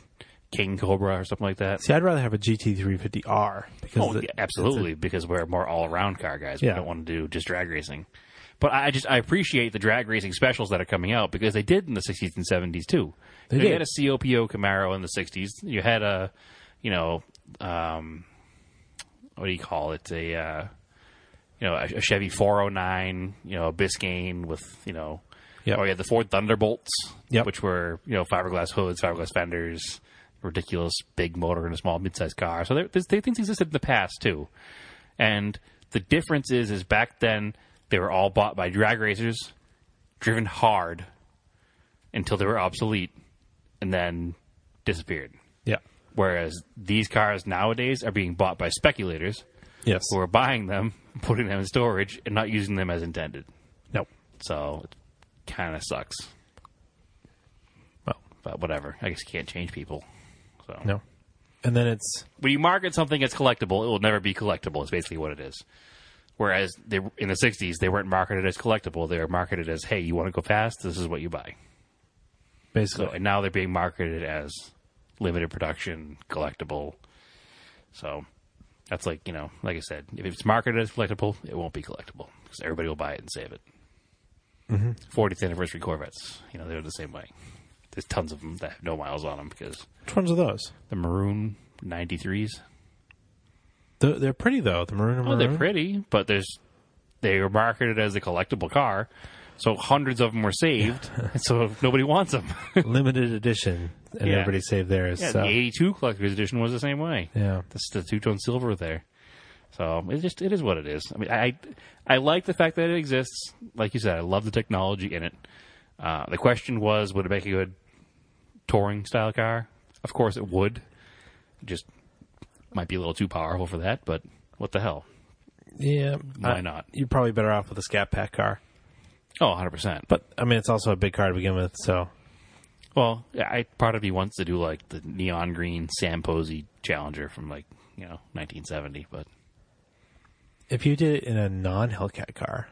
Speaker 2: King Cobra or something like that.
Speaker 1: See, I'd rather have a GT350R because
Speaker 2: Oh,
Speaker 1: it-
Speaker 2: yeah, absolutely, because we're more all around car guys. We
Speaker 1: Yeah.
Speaker 2: don't want to do just drag racing. But I I just I appreciate the drag racing specials that are coming out because they did in the sixties and seventies too. They
Speaker 1: did.
Speaker 2: had a COPO Camaro in the sixties. You had a, you know, um, what do you call it? A, uh, you know, a, a Chevy four hundred nine. You know, a Biscayne with you know,
Speaker 1: Yep.
Speaker 2: oh yeah, the Ford Thunderbolts,
Speaker 1: Yep.
Speaker 2: which were you know fiberglass hoods, fiberglass fenders, ridiculous big motor in a small mid-sized car. So there, there's, there- things existed in the past too, and the difference is is back then They were all bought by drag racers, driven hard until they were obsolete, and then disappeared.
Speaker 1: Yeah.
Speaker 2: Whereas these cars nowadays are being bought by speculators
Speaker 1: Yes.
Speaker 2: who are buying them, putting them in storage, and not using them as intended.
Speaker 1: no.
Speaker 2: So it kind of sucks.
Speaker 1: Well,
Speaker 2: But whatever. I guess you can't change people. So
Speaker 1: no. And then it's
Speaker 2: when you market something as collectible, it will never be collectible. Is basically what it is. Whereas they, in the '60s, they weren't marketed as collectible. They were marketed as, "Hey, you want to go fast? This is what you buy."
Speaker 1: basically
Speaker 2: So, and now they're being marketed as limited production collectible. So that's like you know, like I said, if it's marketed as collectible, it won't be collectible because everybody will buy it and save it. 40th anniversary Corvettes, you know, they're the same way. There's tons of them that have no miles on them because
Speaker 1: which ones are those?
Speaker 2: the maroon 93s.
Speaker 1: They're, they're pretty though. The maroon and
Speaker 2: Oh,
Speaker 1: maroon.
Speaker 2: they're pretty, but there's they were marketed as a collectible car, so hundreds of them were saved, and so nobody wants them.
Speaker 1: limited edition, and
Speaker 2: Yeah.
Speaker 1: everybody saved theirs.
Speaker 2: Yeah,
Speaker 1: so.
Speaker 2: the '82 collector's edition was the same way.
Speaker 1: yeah.
Speaker 2: That's the two tone silver there. So it just it is what it is. I mean, I I like the fact that it exists. Like you said, I love the technology in it. Uh, the question was, would it make a good touring style car? Of course, it would. Just might be a little too powerful for that, but what the hell?
Speaker 1: Yeah.
Speaker 2: Why
Speaker 1: I-
Speaker 2: not?
Speaker 1: You're probably better off with a Scat Pack car.
Speaker 2: Oh, 100 percent.
Speaker 1: But, I mean, it's also a big car to begin with, so.
Speaker 2: Well, yeah, I part of me wants to do like the neon green Sam Posey Challenger from like you know 1970, but
Speaker 1: If you did it in a non Hellcat car,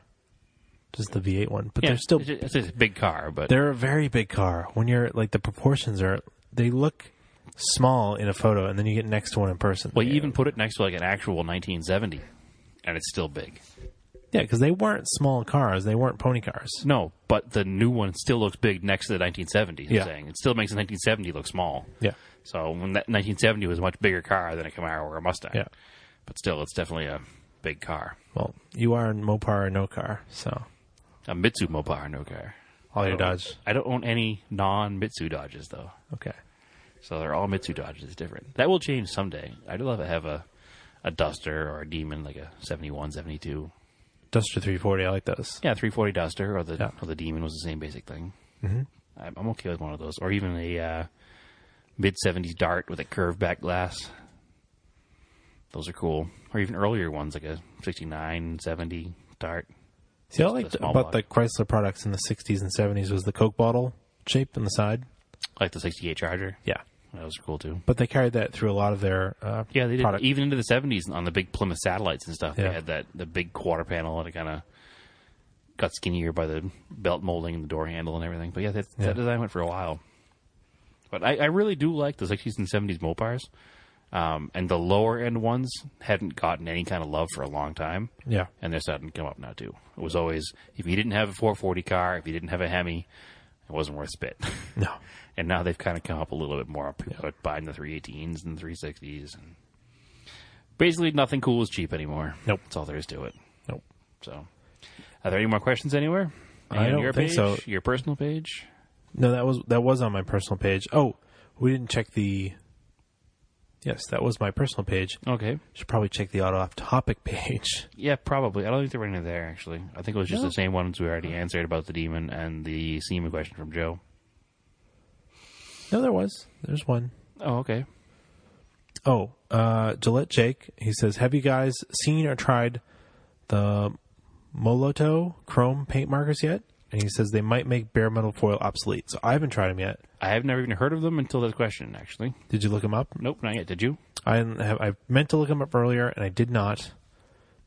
Speaker 1: just the V8 one, but they're still
Speaker 2: it's, a- it's a big car, but
Speaker 1: they're a very big car. When you're like the proportions are, they look small in a photo, and then you get next to one in person.
Speaker 2: Well, you even put it next to like an actual 1970, and it's still big.
Speaker 1: yeah, because they weren't small cars; they weren't pony cars.
Speaker 2: No, but the new one still looks big next to the 1970. I'm
Speaker 1: Yeah.
Speaker 2: saying it still makes the 1970 look small.
Speaker 1: Yeah,
Speaker 2: So when that 1970 was a much bigger car than a Camaro or a Mustang.
Speaker 1: yeah.
Speaker 2: But still, it's definitely a big car.
Speaker 1: Well, you are a Mopar or no car, so
Speaker 2: A Mitsu Mopar, no car.
Speaker 1: all your Dodge.
Speaker 2: I don't own any non-Mitsu Dodges though,
Speaker 1: Okay,
Speaker 2: so they're all Mitsu Dodges. It's different. That will change someday. I'd love to have a a Duster or a Demon, like a 71, 72.
Speaker 1: Duster 340. I like those.
Speaker 2: Yeah, 340 Duster or the
Speaker 1: Yeah.
Speaker 2: or the Demon was the same basic thing. Mm-hmm. I'm, I'm okay with one of those, or even a uh, mid 70s Dart with a curved back glass. Those are cool, or even earlier ones like a 69, 70 Dart.
Speaker 1: See, I liked
Speaker 2: the small
Speaker 1: about the
Speaker 2: block.
Speaker 1: Chrysler products in the 60s and 70s was the Coke bottle shape on the side.
Speaker 2: I like the 68 Charger.
Speaker 1: Yeah,
Speaker 2: That was cool too.
Speaker 1: but they carried that through a lot of their uh,
Speaker 2: Yeah, they did.
Speaker 1: product.
Speaker 2: Even into the 70s on the big Plymouth satellites and stuff,
Speaker 1: Yeah.
Speaker 2: they had that the big quarter panel and it kind of got skinnier by the belt molding and the door handle and everything. But yeah, that,
Speaker 1: Yeah.
Speaker 2: that design went for a while. But I, I really do like the 60s and 70s Mopars. Um, and the lower end ones hadn't gotten any kind of love for a long time.
Speaker 1: Yeah,
Speaker 2: And they're starting to come up now, too. It was always, if you didn't have a 440 car, if you didn't have a Hemi, it wasn't worth spit.
Speaker 1: no,
Speaker 2: and now they've kind of come up a little bit more. People are buying the 318s and 360s, and basically nothing cool is cheap anymore.
Speaker 1: Nope.
Speaker 2: that's all there is to it.
Speaker 1: nope.
Speaker 2: So, are there any more questions anywhere?
Speaker 1: I
Speaker 2: Any on
Speaker 1: don't
Speaker 2: your
Speaker 1: think
Speaker 2: page,
Speaker 1: so.
Speaker 2: Your personal page.
Speaker 1: No, that was that was on my personal page. Oh, we didn't check the. Yes, that was my personal page.
Speaker 2: Okay.
Speaker 1: Should probably check the auto off topic page.
Speaker 2: Yeah, probably. I don't think there were any there actually. I think it was just
Speaker 1: No.
Speaker 2: the same ones we already answered about the demon and the semen question from Joe.
Speaker 1: No, there was. There's one.
Speaker 2: Oh, okay.
Speaker 1: Oh, uh, Gillette Jake. He says, "Have you guys seen or tried the Moloto Chrome paint markers yet?" And he says they might make bare metal foil obsolete. So I haven't tried them yet.
Speaker 2: I have never even heard of them until this question. Actually,
Speaker 1: Did you look them up?
Speaker 2: nope, not yet. Did you?
Speaker 1: I didn't have. I meant to look them up earlier, and I did not.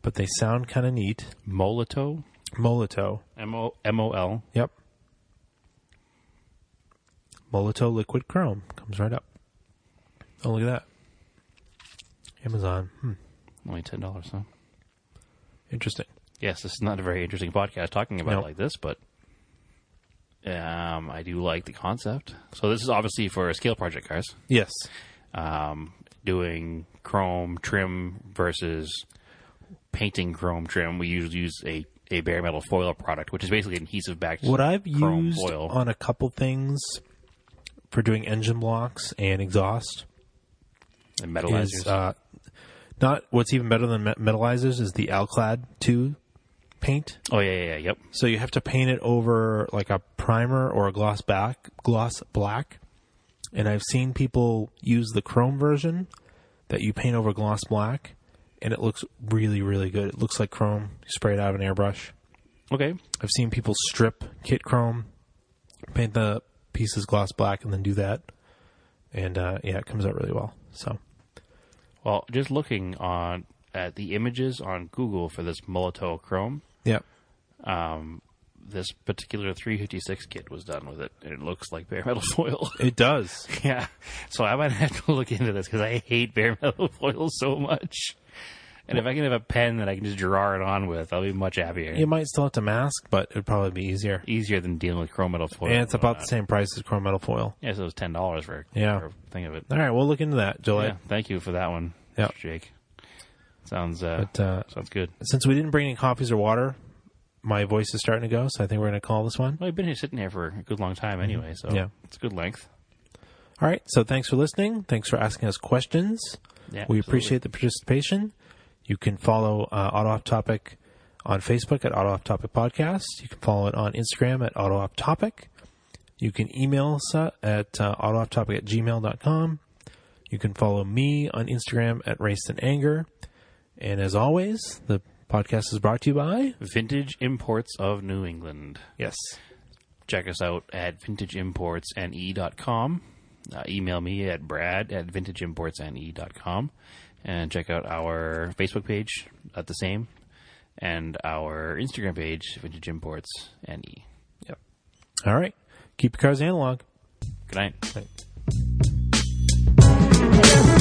Speaker 1: But they sound kind of neat.
Speaker 2: Moloto,
Speaker 1: Moloto.
Speaker 2: M O M O L.
Speaker 1: Yep. Molotov liquid chrome comes right up. Oh, look at that. Amazon. Hmm.
Speaker 2: Only ten dollars, huh?
Speaker 1: Interesting.
Speaker 2: Yes, this is not a very interesting podcast talking about
Speaker 1: No.
Speaker 2: it like this, but um, I do like the concept. So this is obviously for scale project cars,
Speaker 1: Yes.
Speaker 2: um, doing chrome trim versus painting chrome trim. We usually use a, a bare metal foil product, which is basically an adhesive back. to
Speaker 1: What I've
Speaker 2: chrome
Speaker 1: used
Speaker 2: foil.
Speaker 1: on a couple things for doing engine blocks and exhaust
Speaker 2: and metalizers.
Speaker 1: is uh, not what's even better than me- metalizers is the Alclad 2 paint.
Speaker 2: Oh yeah, yeah, yeah. Yep.
Speaker 1: So you have to paint it over like a primer or a gloss back, gloss black. And I've seen people use the chrome version that you paint over gloss black and it looks really really good. It looks like chrome. You spray it out of an airbrush.
Speaker 2: Okay.
Speaker 1: I've seen people strip kit chrome, paint the pieces gloss black and then do that. And uh, yeah, it comes out really well. So
Speaker 2: Well, just looking on at the images on Google for this Molotov Chrome,
Speaker 1: yeah.
Speaker 2: this particular 356 kit was done with it, and it looks like bare metal foil.
Speaker 1: It does.
Speaker 2: yeah. So I might have to look into this because I hate bare metal foil so much. And if I can have a pen that I can just draw it on with, I'll be much happier.
Speaker 1: You might still have to mask, but it'd probably be easier.
Speaker 2: Easier than dealing with chrome metal foil.
Speaker 1: And it's
Speaker 2: and
Speaker 1: about the
Speaker 2: whatnot.
Speaker 1: same price as chrome metal foil.
Speaker 2: yeah. So it was ten dollars for
Speaker 1: Yeah.
Speaker 2: for a thing of it.
Speaker 1: All right, we'll look into that, July.
Speaker 2: Yeah, thank you for that one,
Speaker 1: Yeah.
Speaker 2: Mr. Jake. Sounds uh,
Speaker 1: But uh,
Speaker 2: sounds good.
Speaker 1: since we didn't bring any coffees or water, my voice is starting to go, so I think we're going to call this one.
Speaker 2: Well, I've been here sitting here for a good long time anyway, so
Speaker 1: Mm-hmm. Yeah.
Speaker 2: it's a good length.
Speaker 1: All right, so thanks for listening. Thanks for asking us questions.
Speaker 2: Yeah,
Speaker 1: we
Speaker 2: absolutely.
Speaker 1: appreciate the participation. You can follow uh, Auto Off Topic on Facebook at Auto Off Topic Podcast. You can follow it on Instagram at Auto Off Topic. You can email us uh, at uh, autoofftopic at gmail.com. You can follow me on Instagram at Race and Anger. And as always, the podcast is brought to you by.
Speaker 2: Vintage Imports of New England.
Speaker 1: Yes.
Speaker 2: Check us out at vintageimportsne.com. Uh, email me at brad at vintageimportsne.com. And check out our Facebook page at the same and our Instagram page, E. Vintage Imports NE.
Speaker 1: Yep. All right. Keep your cars analog.
Speaker 2: Good night.
Speaker 1: Thanks.
Speaker 3: Thank you.